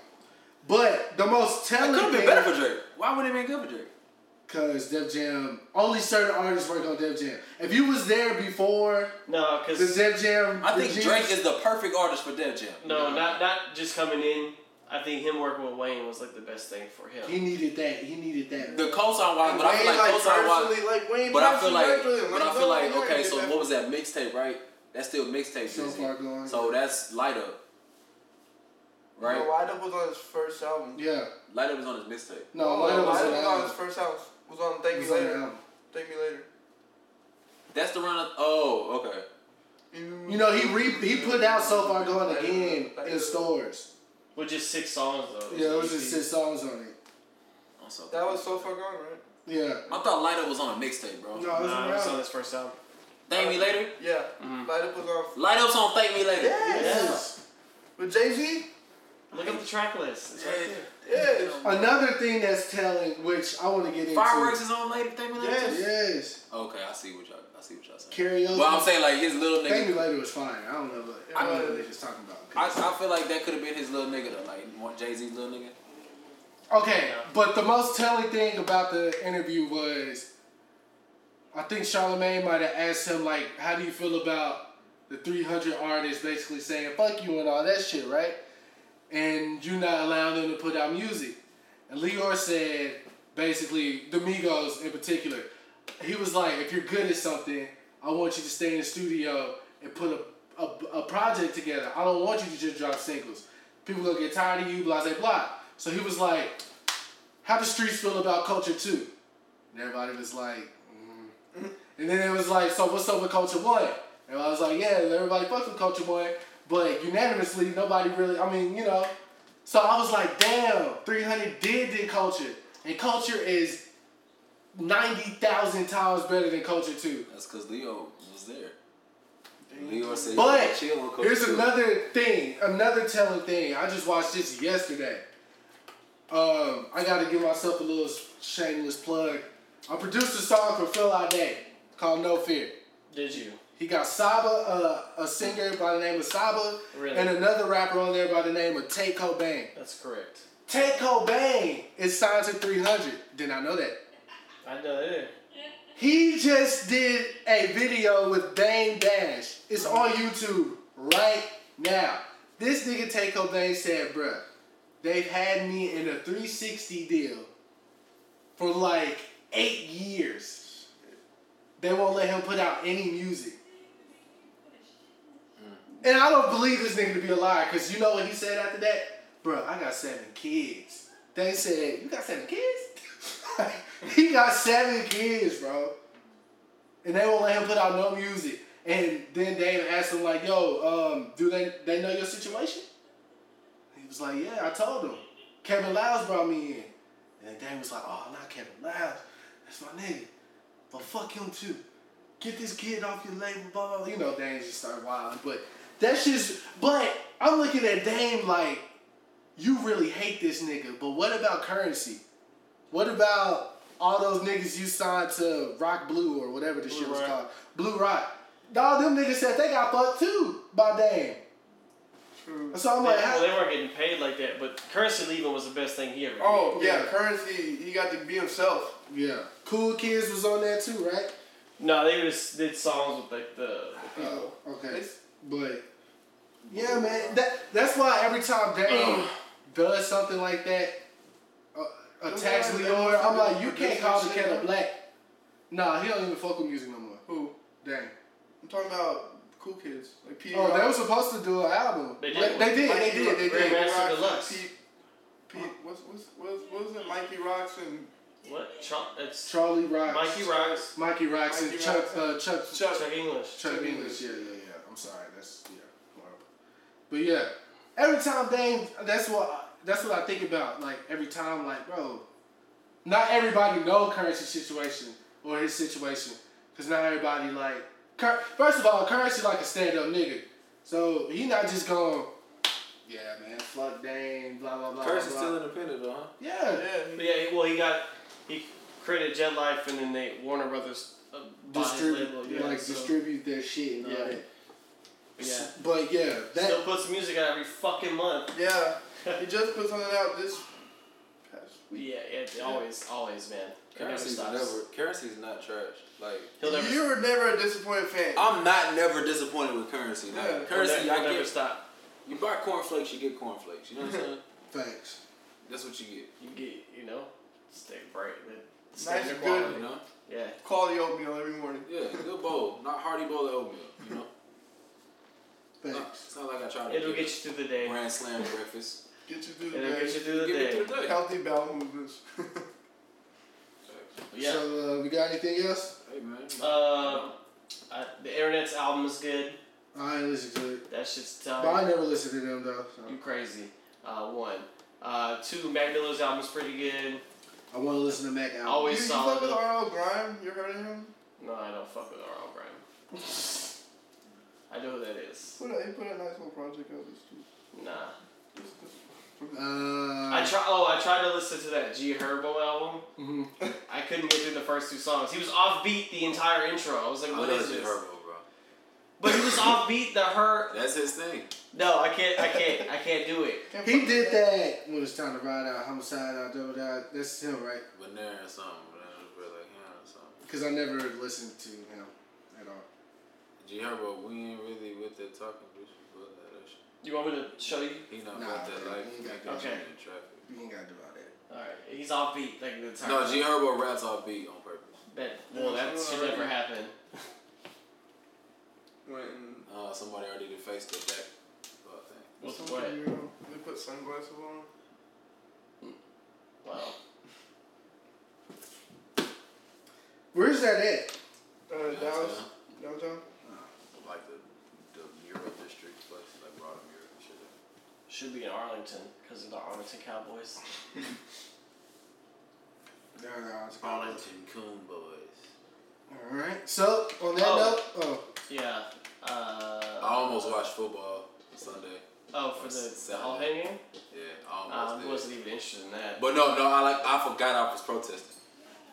But the most It telling could have been thing- better for Drake. Why would it have been good for Drake? Cause Def Jam only certain artists work on Def Jam. If you was there before No, the because Def Jam, I the think G's- Drake is the perfect artist for Def Jam. no, not not just coming in. I think him working with Wayne was like the best thing for him. He needed that. He needed that. The cosign wise, but I Wayne, feel like like, cosign wise. personally, like, Wayne But I feel personally like, worked with him. but I Like, feel no, like, you okay, did so that. what was that mixtape, right? That's still mixtape. So Drizzy. far gone. So that's light up, right? No, Light Up was on his first album. yeah. Light up was on his mixtape. No, No, Light Up was on Light Up the was on his album. first album. Was on Thank Was Me on the Later. album. Thank Me Later. That's the run. Of, oh, okay. You know, he re- he put out So Far Gone again in stores. With just six songs though. Yeah, it was easy. just six songs on it. I'm so- That was So Far Gone, right? Yeah. I thought Light Up was on a mixtape, bro. No, it was Nah, on it the was on album. his first album. Thank me later. Yeah. Mm-hmm. Light Up was on. Light Up's on Thank Me Later. Yes. With Jay Z. Look at the track list. It's right there. Yes. Another thing that's telling, which I want to get into. Fireworks is on later. Thank Me Later. Yes. Yes. Okay, I see what y'all. I see what y'all saying. Karaoke. But I'm saying like his little nigga. Thank Me Later was fine. I don't know, but I don't know what they're just talking about. I, I feel like that could have been his little nigga though, like Jay Z's little nigga. Okay, but the most telling thing about the interview was, I think Charlemagne might have asked him like, "How do you feel about the 300 artists basically saying fuck you and all that shit, right?" And you not allowing them to put out music. And Leor said, basically, the Migos in particular, he was like, "If you're good at something, I want you to stay in the studio and put a a, a project together. I don't want you to just drop singles. People gonna get tired of you, blah blah blah." So he was like, how the streets feel about culture too. And everybody was like, mm. and then it was like, so what's up with culture one? And I was like, yeah, everybody fucks with culture one, but unanimously, nobody really. I mean, you know. So I was like, damn, three hundred did did culture, and culture is ninety thousand times better than culture two. That's because Leo was there. Leo said, But chill on Coach here's Chill." another thing, another telling thing. I just watched this yesterday. Um, I got to give myself a little shameless plug. I produced a song for Phil Ade called "No Fear." Did you? He got Saba, uh, a singer by the name of Saba, Really? and another rapper on there by the name of Tate Cobain. That's correct. Tate Cobain is signed to 300. Did not know that. I know it. He just did a video with Dame Dash. It's on YouTube right now. This nigga Take Cobain said, bruh, they've had me in a 360 deal for like eight years. They won't let him put out any music. And I don't believe this nigga to be a liar, because you know what he said after that? Bruh, I got seven kids. They said, You got seven kids? [laughs] he got seven kids, bro. And they won't let him put out no music. And then Dame asked him, like, yo, um, do they they know your situation? He was like, Yeah, I told them. Kevin Lyles brought me in. And Dame was like, Oh, not Kevin Lyles. That's my nigga. But fuck him too. Get this kid off your label, blah blah. blah. You know, Dame just started wilding. But that's just. But I'm looking at Dame like, you really hate this nigga. But what about currency? What about all those niggas you signed to Rock Blue or whatever this shit was called? Blue Rock. Dog, them niggas said they got fucked too by Dame. So I'm They, like, well, how, they weren't getting paid like that, but Currency leaving was the best thing he ever did. Oh yeah, currency. He got to be himself. yeah, Cool Kids was on that too, right? No, they just did songs with like the. the people. Oh, okay. It's- But yeah, man, that that's why every time Dame does something like that, uh, attacks Nobody Leor, ever I'm like, fucking you do can't that call the shit, cat a man. black. Nah, he don't even fuck with music no more. Who? Dang. I'm talking about cool kids. Like P. E Oh, they were supposed to do an album. They Like, did. They did. Mikey They did. They Rock- E did. Grandmaster Rock- Deluxe. Pete, Pete, E what's, what's, what's, what was it? Mikey Rocks and What? Chuck, that's Charlie Rocks. Mikey Rocks, Mikey Rocks and Mikey Chuck, Rocks. uh, Chuck, Chuck, Chuck English. Chuck English. Yeah, yeah, yeah. I'm sorry. That's yeah. whatever. But yeah, every time Dame, that's what that's what I think about. Like every time, like bro, not everybody know Currency's situation or his situation, because not everybody like. Cur- First of all, Currency like a stand up nigga, so he not just going. Yeah, man, fuck Dame, blah blah blah. blah, Curse is blah." still independent, though, huh? yeah. But yeah, he- well, he got he created Jet Life, and then they Warner Brothers uh, bought his label. distribute Yeah, like so, distribute their shit and all Yeah. that. yeah. But yeah, Still that puts music out every fucking month. yeah. He just put something out this past week. Yeah, it, always, always, man. It never Currency's stops. never. Currency's not trash. Like He'll never. You were never a disappointed fan. I'm not never disappointed with currency. Like, Yeah. he'll currency, never, he'll I never get. stop. You buy cornflakes, you get cornflakes. You know what [laughs] I'm saying? thanks. That's what you get. You get, you know, stay bright. Man. Nice, Standard good. quality. You know? Yeah. Quality oatmeal every morning. Yeah, good bowl, not hearty bowl of oatmeal. You know, Not- uh, Thanks. it's not like I tried to It'll get you through the day. grand slam breakfast. Get you through the It'll get you day. through the Get me day. through the day. Healthy bowel movements. [laughs] Yeah. So uh, we got anything else? Hey man, Uh, I, the Internet's album is good. I ain't listen to it. That shit's But I tough. never listened to them though. So You crazy. Uh, one. Uh, two, Mac Miller's album's pretty good. I want to listen to Mac album. you, Always you solid. fuck with R.L. Grime? You heard of him? no, I don't fuck with R.L. Grime. [laughs] I know who that is. Put a, he put a nice little project out this too. Nah. Uh, I try. Oh, I tried to listen to that G Herbo album. [laughs] I couldn't get through the first two songs. He was offbeat the entire intro. I was like, I what love is Jay this? Herbo, bro. But [laughs] he was offbeat the her. That's his thing. No, I can't. I can't. I can't do it. he did that when it was time to ride out, homicide out, double out. That's him, right? Banana or something. Banana was really like him or something. Because I never listened to him at all. G Herbo, we ain't really with that talking bitch. We love that shit. You want me to show you? He not Nah, about that bro, life. he He got got that. you in traffic. You ain't gotta do all that. All right. He's offbeat like the entire. No, G Herbo raps all beat on purpose. That, well, that should never happen. Went and Uh, somebody already did face the back. Well, I think. With something, what? you know, they put sunglasses on. Wow. Where's that at? Uh, Yeah, Dallas, so- downtown. Like the the Euro district place, like brought him Euro and shit. Should be in Arlington because of the Arlington Cowboys. No, no, it's cool. Arlington Coon Boys. All right. So on that Oh. note, oh, Yeah. Uh, I almost watched football Sunday. oh, for the, the Hall of Fame game? Yeah, I Uh, almost I did. wasn't even interested in that. But no, no, I like I forgot I was protesting.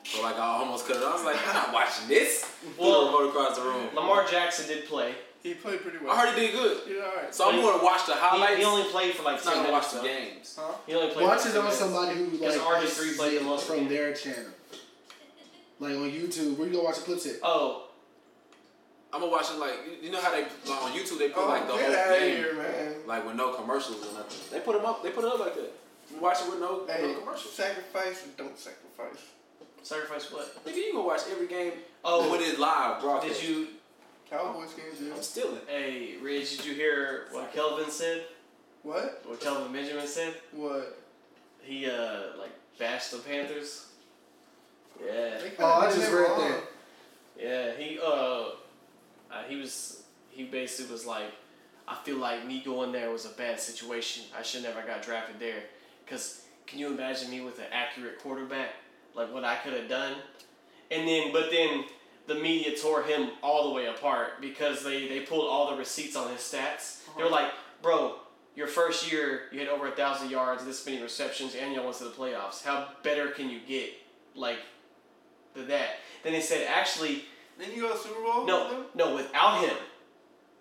So like I almost cut it. I was like, I'm not watching this. Well- Well, remote across the room. Lamar Jackson did play. He played pretty well. I heard he did good. He did alright. So I'm gonna watch the He, highlights. he only played for like I'm ten not gonna watch minutes. the though. games. Huh? He only played Watch for it 10 on [laughs] minutes. somebody who like Because RG3 played the it most from games. their channel, like on YouTube. Where you gonna watch the clips at? Oh, I'm gonna watch it like you- you know how they like, on YouTube they put Oh, like the get whole outta game, here, man. like with no commercials or nothing. They put them up. They put it up like that. You watch it with no, Hey, no commercials. sacrifice or don't sacrifice. sacrifice what? Nigga, you gonna watch every game Oh. when it's live broadcast. Did you, Cowboys games, yeah. I'm stealing. hey, Ridge, did you hear what Kelvin said? What? What Kelvin Benjamin said? Oh, What? He, uh, like, bashed the Panthers. Yeah. They kinda Oh, I did just that read wrong. that. Yeah, he uh, uh he was he basically was like, I feel like me going there was a bad situation. I should never got drafted there, cause can you imagine me with an accurate quarterback? Like what I could have done, and then but then the media tore him all the way apart because they they pulled all the receipts on his stats. They were like, bro. Your first year, you had over a thousand yards, this many receptions, and y'all went to the playoffs. How better can you get, like, than that? Then they said, actually, Then you go to the Super Bowl? no, with them? no, without him,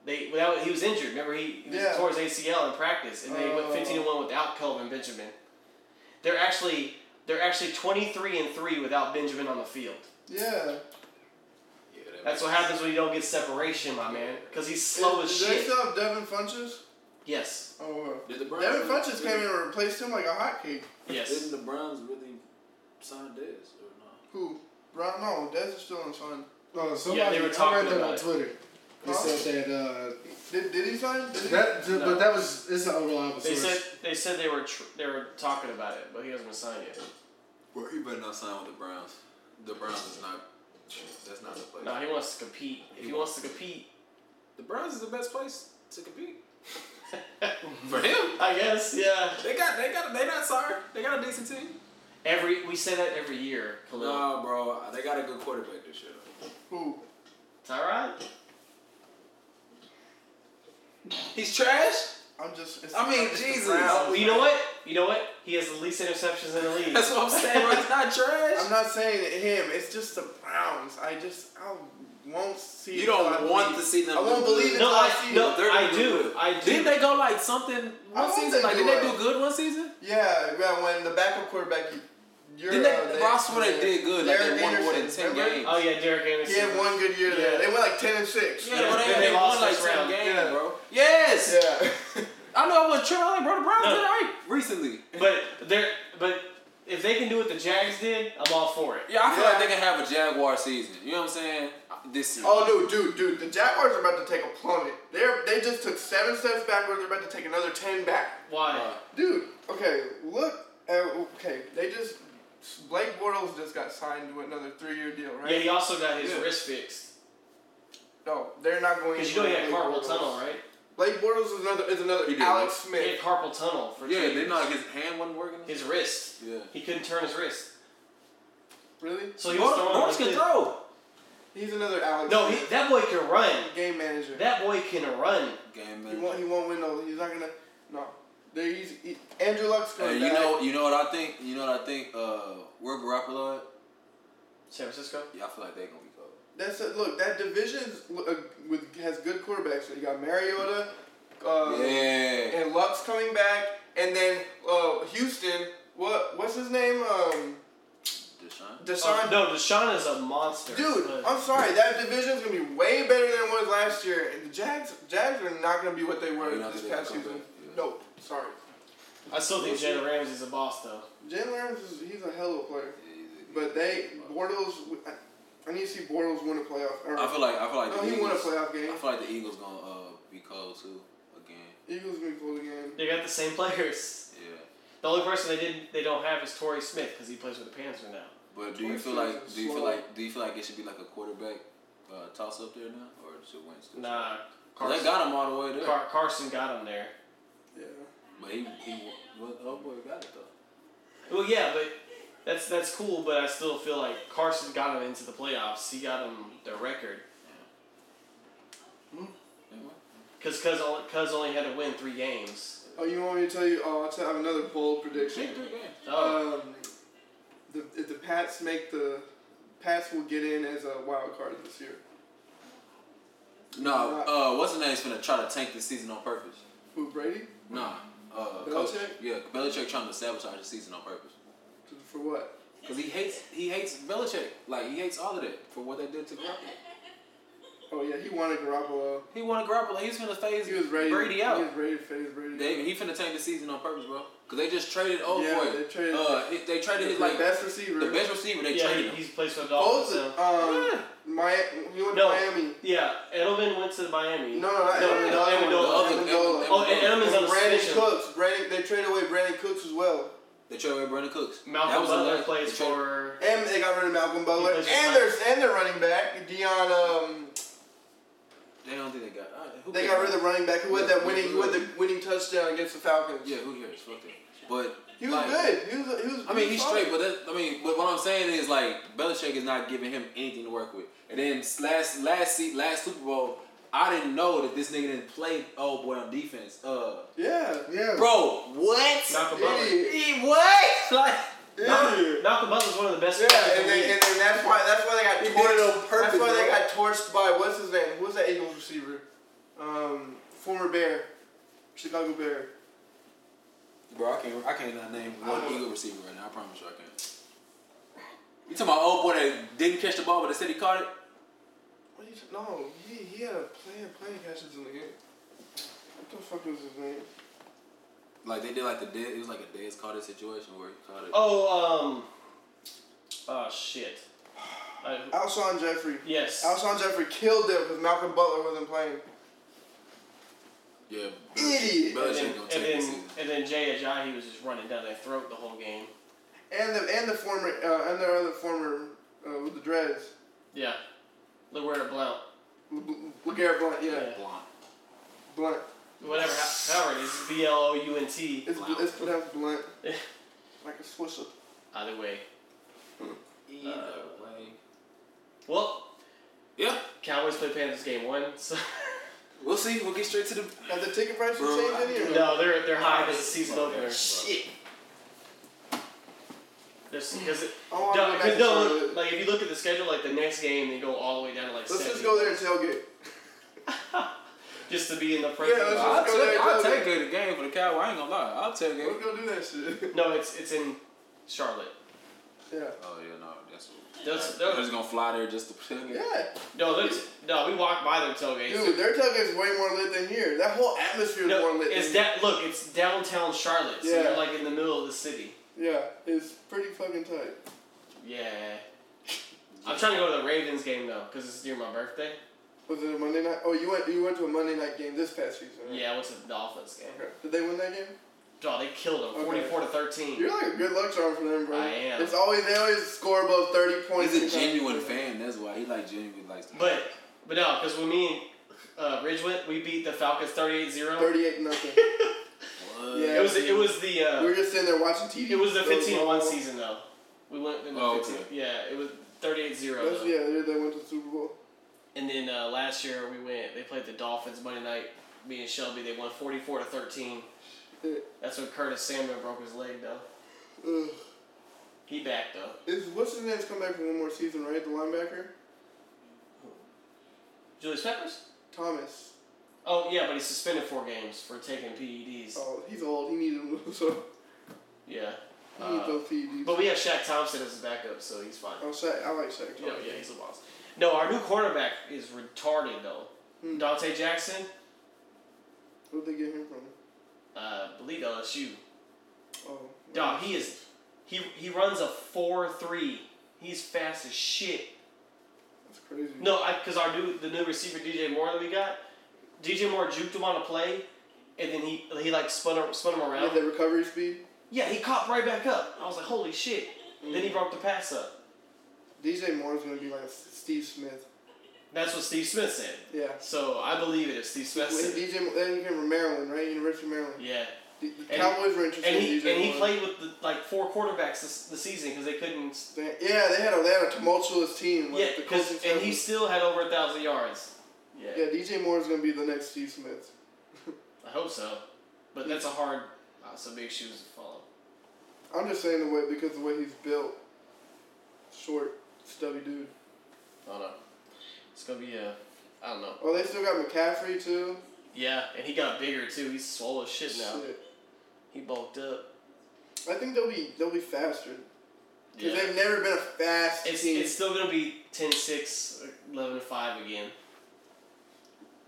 They without he was injured. Remember he, he was Yeah. tore his ACL in practice, and they went fifteen and one without Kelvin Benjamin. They're actually they're actually twenty three and three without Benjamin on the field. Yeah. That's what happens when you don't get separation, my man. Because he's slow as Did they shit. still have Devin Funches? Yes, Oh, uh, Did the Browns- Devin Funches came in and replaced him like a hotcake. yes. Didn't the Browns really sign Dez or not? Who? Right? No, Dez is still in sign. No, somebody, Yeah, they were I talking read that about on it. Twitter. They Huh? said that, uh, Did, did he sign? Did he? that, th- No. but that was, it's an unreliable They source. said they said they were tr- they were talking about it, but he hasn't been signed yet. Well, he better not sign with the Browns. The Browns is not. That's not the place. No, he wants to compete. If he wants to compete, [laughs] The Browns is the best place to compete. For him, I guess. Yeah. they got they got they not sorry. They got a decent team. Every we say that every year. Khalil. No, bro, they got a good quarterback this year. Who? Tyrod. He's trash. I'm just. It's I mean, it's the Jesus. Browns. Well, you know what? You know what? He has the least interceptions in the league. That's what I'm saying. Bro. He's not [laughs] I'm trash. not saying that him. It's just the Browns. I just I won't see. You it till don't I want leave. to see them. I won't do believe good. it No, till I- see no, it. They're gonna do do. good. I do. Didn't they go like something I one hope season? they Like, do did they do well. good one season? Yeah, yeah. When the backup quarterback, you- you're. Didn't uh, they? Ross when they did good, like Derek they won more than Anderson, ten remember? games. Oh yeah, Derek Anderson. He had one good year Yeah. there. They went like ten and six. Yeah, but Then they, they they lost won like this round. ten games, Yeah. bro. Yes. Yeah. [laughs] I know I was tripping. I'm Like, bro, the Browns No. did all right recently. But they're but if they can do what the Jags did, I'm all for it. Yeah, I feel Yeah. like they can have a Jaguar season. You know what I'm saying? This season. Oh, dude, dude, dude. The Jaguars are about to take a plummet. They're they just took seven steps backwards. They're about to take another ten back. Why? Uh, Dude, okay, look. At, okay, they just Blake Bortles just got signed to another three-year deal, right? yeah, he also got his wrist fixed No, they're not going. because you to know he had Blake carpal Bortles. tunnel, right? Blake Bortles is another is another He did, Alex He Smith. had carpal tunnel for two yeah, they years. not his hand wasn't working. his wrist. Yeah. He couldn't turn his wrist, Really? so he was Bro- throwing. Browns like can this. throw. He's another Alex. No, Smith. he, that boy can run. game manager. That boy can run. Game he man. won't. He won't win. No, he's not gonna. No, there. He's he, Andrew Luck's Hey, going. you know, you know what I think. You know what I think. Uh, we're Garoppolo. at? San Francisco. Yeah, I feel like they gonna be cold. That's it. Look, that division's uh, with has good quarterbacks. So you got Mariota. Uh, Yeah. and Luck's coming back, and then uh, Houston. What what's his name? Um, Deshaun. Deshaun. Oh, no, Deshaun is a monster. Dude, but- I'm sorry. That division's gonna be way better than it was last year. And the Jags, Jags are not gonna be what they were They're not this gonna past come season. back, yeah. No, sorry. I still think Jalen Ramsey's a boss though. Jalen Ramsey, is- he's a hell of a player. But they Bortles. I need to see Bortles win a playoff. Or, I feel like I feel like No, the he Eagles, won a playoff game. I feel like the Eagles gonna uh, be cold too again. Eagles been cool again. They got the same players. Yeah. The only person they didn't they don't have is Torrey Smith because he plays with the Panthers now. But do you feel like do you feel like do you feel like it should be like a quarterback uh, toss up there now, or should Wentz? do it? Nah, 'Cause Carson, they got him all the way there. Car- Carson got him there. Yeah. But he, he well, oh boy, got it though. Well, yeah, but that's that's cool. But I still feel like Carson got him into the playoffs. He got him their record because cuz only, cuz only had to win three games. Oh, you want me to tell you? Oh, I'll tell, I have another bold prediction. Oh, Um, the if the Pats make the Pats will get in as a wild card this year. No, uh, what's the name's gonna try to tank this season on purpose? Who Brady? Nah, uh, coach, Belichick? yeah, Belichick trying to sabotage the season on purpose For what? because he hates he hates Belichick like he hates all of that for what they did to Garoppolo. Oh yeah, he wanted Garoppolo. He wanted Garoppolo. He was gonna phase He was ready. Brady out. He was ready to phase Brady. They, he finna tank the season on purpose, bro. Cause they just traded. Oh Yeah, boy, they traded- Uh, it- they traded his He's like the best receiver. the best receiver. They yeah, he, traded him. he's plays for the Both Dolphins. of now. um, my he went No, to Miami. Yeah, Edelman went to Miami. No, no, not Edelman. no, Edelman. The Edelman. other- Amendola. Evan- Oh, and Evan- Edelman's on And the Brandon suspension. Cooks. Brandon, they traded away Brandon Cooks as well. They traded away Brandon Cooks. That Malcolm was the Butler last- plays they traded- for. And they got rid of Malcolm Butler. He And plays with their and their running back Dion. Um, They don't think they got. all right, who they cares? got rid of the running back who had that winning who had the winning touchdown against the Falcons. Yeah, who cares? Fuck that. But He was like, good. He was. He was I mean, he was he's solid. straight, but that, I mean, but what I'm saying is like Belichick is not giving him anything to work with. And then last last se- last Super Bowl, I didn't know that this nigga didn't play. Oh boy, on defense. Uh, Yeah. yeah. bro, what? Malcolm Butler. Idiot. He- what? Like, Idiot. Malcolm Butler's one of the best Yeah, players in and the then, league. and then that's why that's why they got He did it torched. on purpose, that's why they bro. got torched by what's his name? Who's that Eagles receiver? Um, former Bear, Chicago Bear. Bro, I can't. I can't not name one Eagle receiver right now. I promise you, I can't. You talking about old boy that didn't catch the ball, but they said he caught it? What are you t- no, he, he had a plan, plan catches in the game. What the fuck was his name? Like they did, like the dead. It was like a dead's caught it situation where he caught it. Oh, um. Oh, shit. I, Alshon Jeffrey. yes. Alshon Jeffrey killed it because Malcolm Butler wasn't playing. Yeah, and, Idiot. Belichick then, gonna and, take this then, season. and then Jay Ajayi was just running down their throat the whole game. And the and the former uh, and the other former uh, with the dreads, Yeah. Loretta Blount. L- L- LeGarrette Blunt. Yeah, Yeah. Blunt. Blunt. Whatever, how- however it is, B L O U N T. It's it's pronounced Blunt. [laughs] Like a swisher. Either way. Either way. Well, Uh, Yeah, Cowboys play Panthers game one, so. [laughs] we'll see. We'll get straight to the. Have the ticket prices Bro, changed I- any? or No, they're they're high because the season opener. Shit. There's because it I wanna no, go back to 'cause no, Charlotte. like if you look at the schedule, like the next game they go all the way down to like. Let's 70, just go there and tailgate. Just to be in the front. Yeah, let's row. I'll Let's go there, take, I'll go take the game for the Cowboys. I ain't gonna lie. I'll take Let's it. go do that shit. no, it's it's in Charlotte. [laughs] yeah. Oh yeah, no, that's. what- That's- They're just gonna fly there just to. Yeah. No, there's no. We walked by their tailgate. Dude, their tailgate's way more lit than here. That whole atmosphere is no, more lit. it's than that look. It's downtown Charlotte, so Yeah. you're like in the middle of the city. Yeah, it's pretty fucking tight. Yeah. I'm trying to go to the Ravens game though, because it's near my birthday. Was it a Monday night? Oh, you went you went to a Monday night game this past season. right? Yeah, I went to the Dolphins game. Okay. Did they win that game? Dog, they killed them, Okay. forty-four to thirteen. You're like a good luck charm for them, bro. I am. It's always they always score above thirty points. He's a in college. genuine fan. That's why he like genuinely likes. The But but no, because when me and uh, Ridge went, we beat the Falcons 38-0. Thirty-eight nothing. yeah, [laughs] It was it was the We were uh, just sitting there watching TV. it was the Those 15-1 long- season though. We went in the Oh, 15 okay. yeah, it was 38-0 That's, though. yeah, they they went to the Super Bowl. And then uh, last year we went they played the Dolphins Monday night. Me and Shelby they won 44 to 13. That's when Curtis Samuel broke his leg though. Ugh. He back though. Is what's his name's come back for one more season, right? The linebacker, Julius Peppers? Thomas. Oh yeah, but he's suspended four games for taking E PEDs. Oh, he's old. He needs him. [laughs] So Yeah. he needs Uh, those PEDs. but we have Shaq Thompson as a backup, so he's fine. oh, Shaq, I like Shaq. Yeah, Thomas. yeah, he's a boss. No, our new cornerback is retarded though. Hmm. Dante Jackson, Where'd they get him from? uh, I believe LSU. Oh, Dog, he is he he runs a four three. He's fast as shit. that's crazy. No, I because our new the new receiver DJ Moore that we got, DJ Moore juked him on a play, and then he he like spun him- spun him With around. the recovery speed. Yeah, he caught right back up. I was like, holy shit! Then Mm. he broke the pass up. DJ Moore's gonna be like Steve Smith. That's what Steve Smith said. Yeah. So I believe it if Steve Smith When said. it. DJ, Moore- then he came from Maryland, right? University of Maryland. Yeah. The, the And- Cowboys were interested And he in DJ and he Moore. played with the, like four quarterbacks this, the season because they couldn't. They- yeah, they had a they had a tumultuous team. Like Yeah, the 'cause- coaching and staff he was- still had over a thousand yards. Yeah, yeah, DJ Moore's gonna be the next Steve Smith. I hope so, but that's a hard, that's a big shoes to follow. I'm just saying the way because the way he's built, short, stubby dude. I don't know. It's gonna be a, I don't know. Oh, they still got McCaffrey too. Yeah, and he got bigger too. He's swole as shit now. Shit. He bulked up. I think they'll be they'll be faster Yeah. because they've never been a fast It's, team. it's still gonna be 10-6, 11-5 again.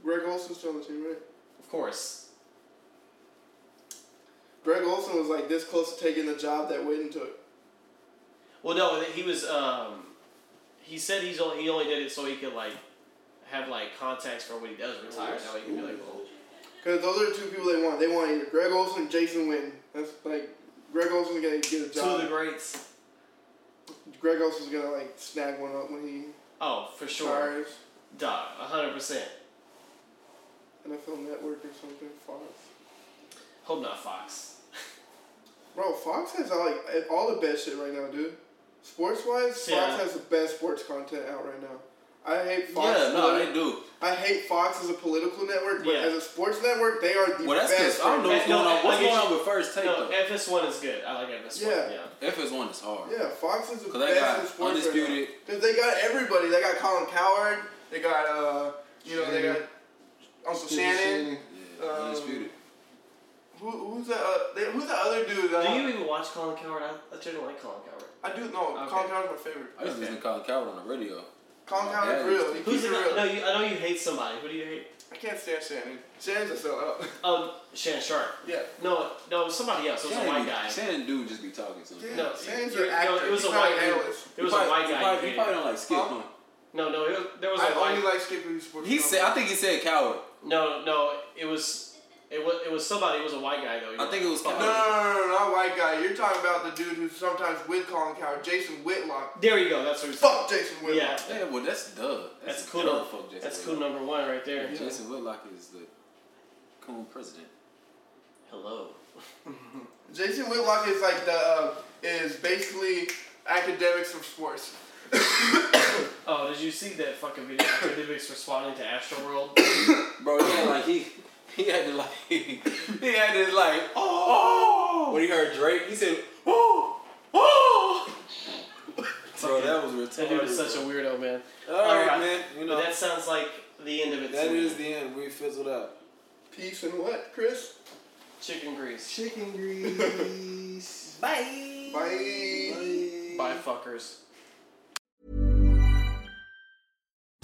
Greg Olson's still on the team, right? Of course. Greg Olson was like this close to taking the job that Witten took. Well, no, he was. Um, he said he's only, he only did it so he could like have like contacts for when he does retire. Now he can be like, "Oh, well, Because those are the two people they want. They want either Greg Olson and Jason Witten. That's like Greg Olson's gonna get a two of job. the greats. Greg Olson's gonna like snag one up when he Oh, for sure. retires. Dog, hundred percent. NFL Network or something. Fox. Hope not Fox. Bro, Fox has all, like eh, all the best shit right now, dude. Sports wise, Fox Yeah. has the best sports content out right now. I hate Fox. yeah, no, politi- they do. I hate Fox as a political network, but Yeah. as a sports network, they are the Well, that's because best. I don't know Eh, what's no, going on. What's I get going on you. with first take No, though? FS one is good. I like FS one. Yeah. Yeah. FS one is hard. Yeah, Fox is the 'Cause best they got in sports Undisputed. Because they got everybody. They got Colin Coward. They got uh, you know, they got Uncle Shannon. Yeah, undisputed. Who, who's that? Uh, they, who's that other dude? Uh, Do you even watch Colin Coward? I, I generally like Colin Coward. I do no. Okay. Colin Coward's my favorite. I used to listen to Colin Coward on the radio. Colin Yeah, Coward's he's- real. He Who's keeps it another? real. No, you, I know you hate somebody. Who do you hate? I can't stand Shannon. Shannon's [laughs] a sellout. Oh, Shannon Sharp. yeah. No, no, it was somebody else. It was a white guy. Shannon dude just be talking sometimes. Yeah. No, Shannon's you- an you- actor. No, it was He's a not white an dude. analyst. It was a white You guy. you probably, you hated. probably don't like Skip, Huh? huh? No, no, it was, there was a I white. only like Skip who supports. He said, I think he said Coward. no, no, it was, it was, it was somebody. It was a white guy though. you I know. think it was No, Coward. no, no, no, no, not white guy. You're talking about the dude who's sometimes with Colin Coward, Jason Whitlock. There you go. That's what. we said. Fuck Jason Whitlock. Yeah, Yeah, well, that's duh. that's, a cool. duh num- fuck Jason that's cool Whitlock. number one right there. Jason Whitlock is the coon president. Hello. Jason Whitlock is like the uh, is basically academics of sports. [laughs] Oh, did you see that fucking video? Academics responding to [coughs] Astroworld. Bro, yeah, like he he acted like [laughs] he acted like oh when he heard Drake, he said oh oh. Bro, that was retarded. That dude is such a bro. weirdo, man. All right, man. You know But that sounds like the end of it. that to me. is the end. We fizzled up. Peace and what, Chris? chicken grease. [laughs] Chicken grease. Bye. Bye. Bye, fuckers.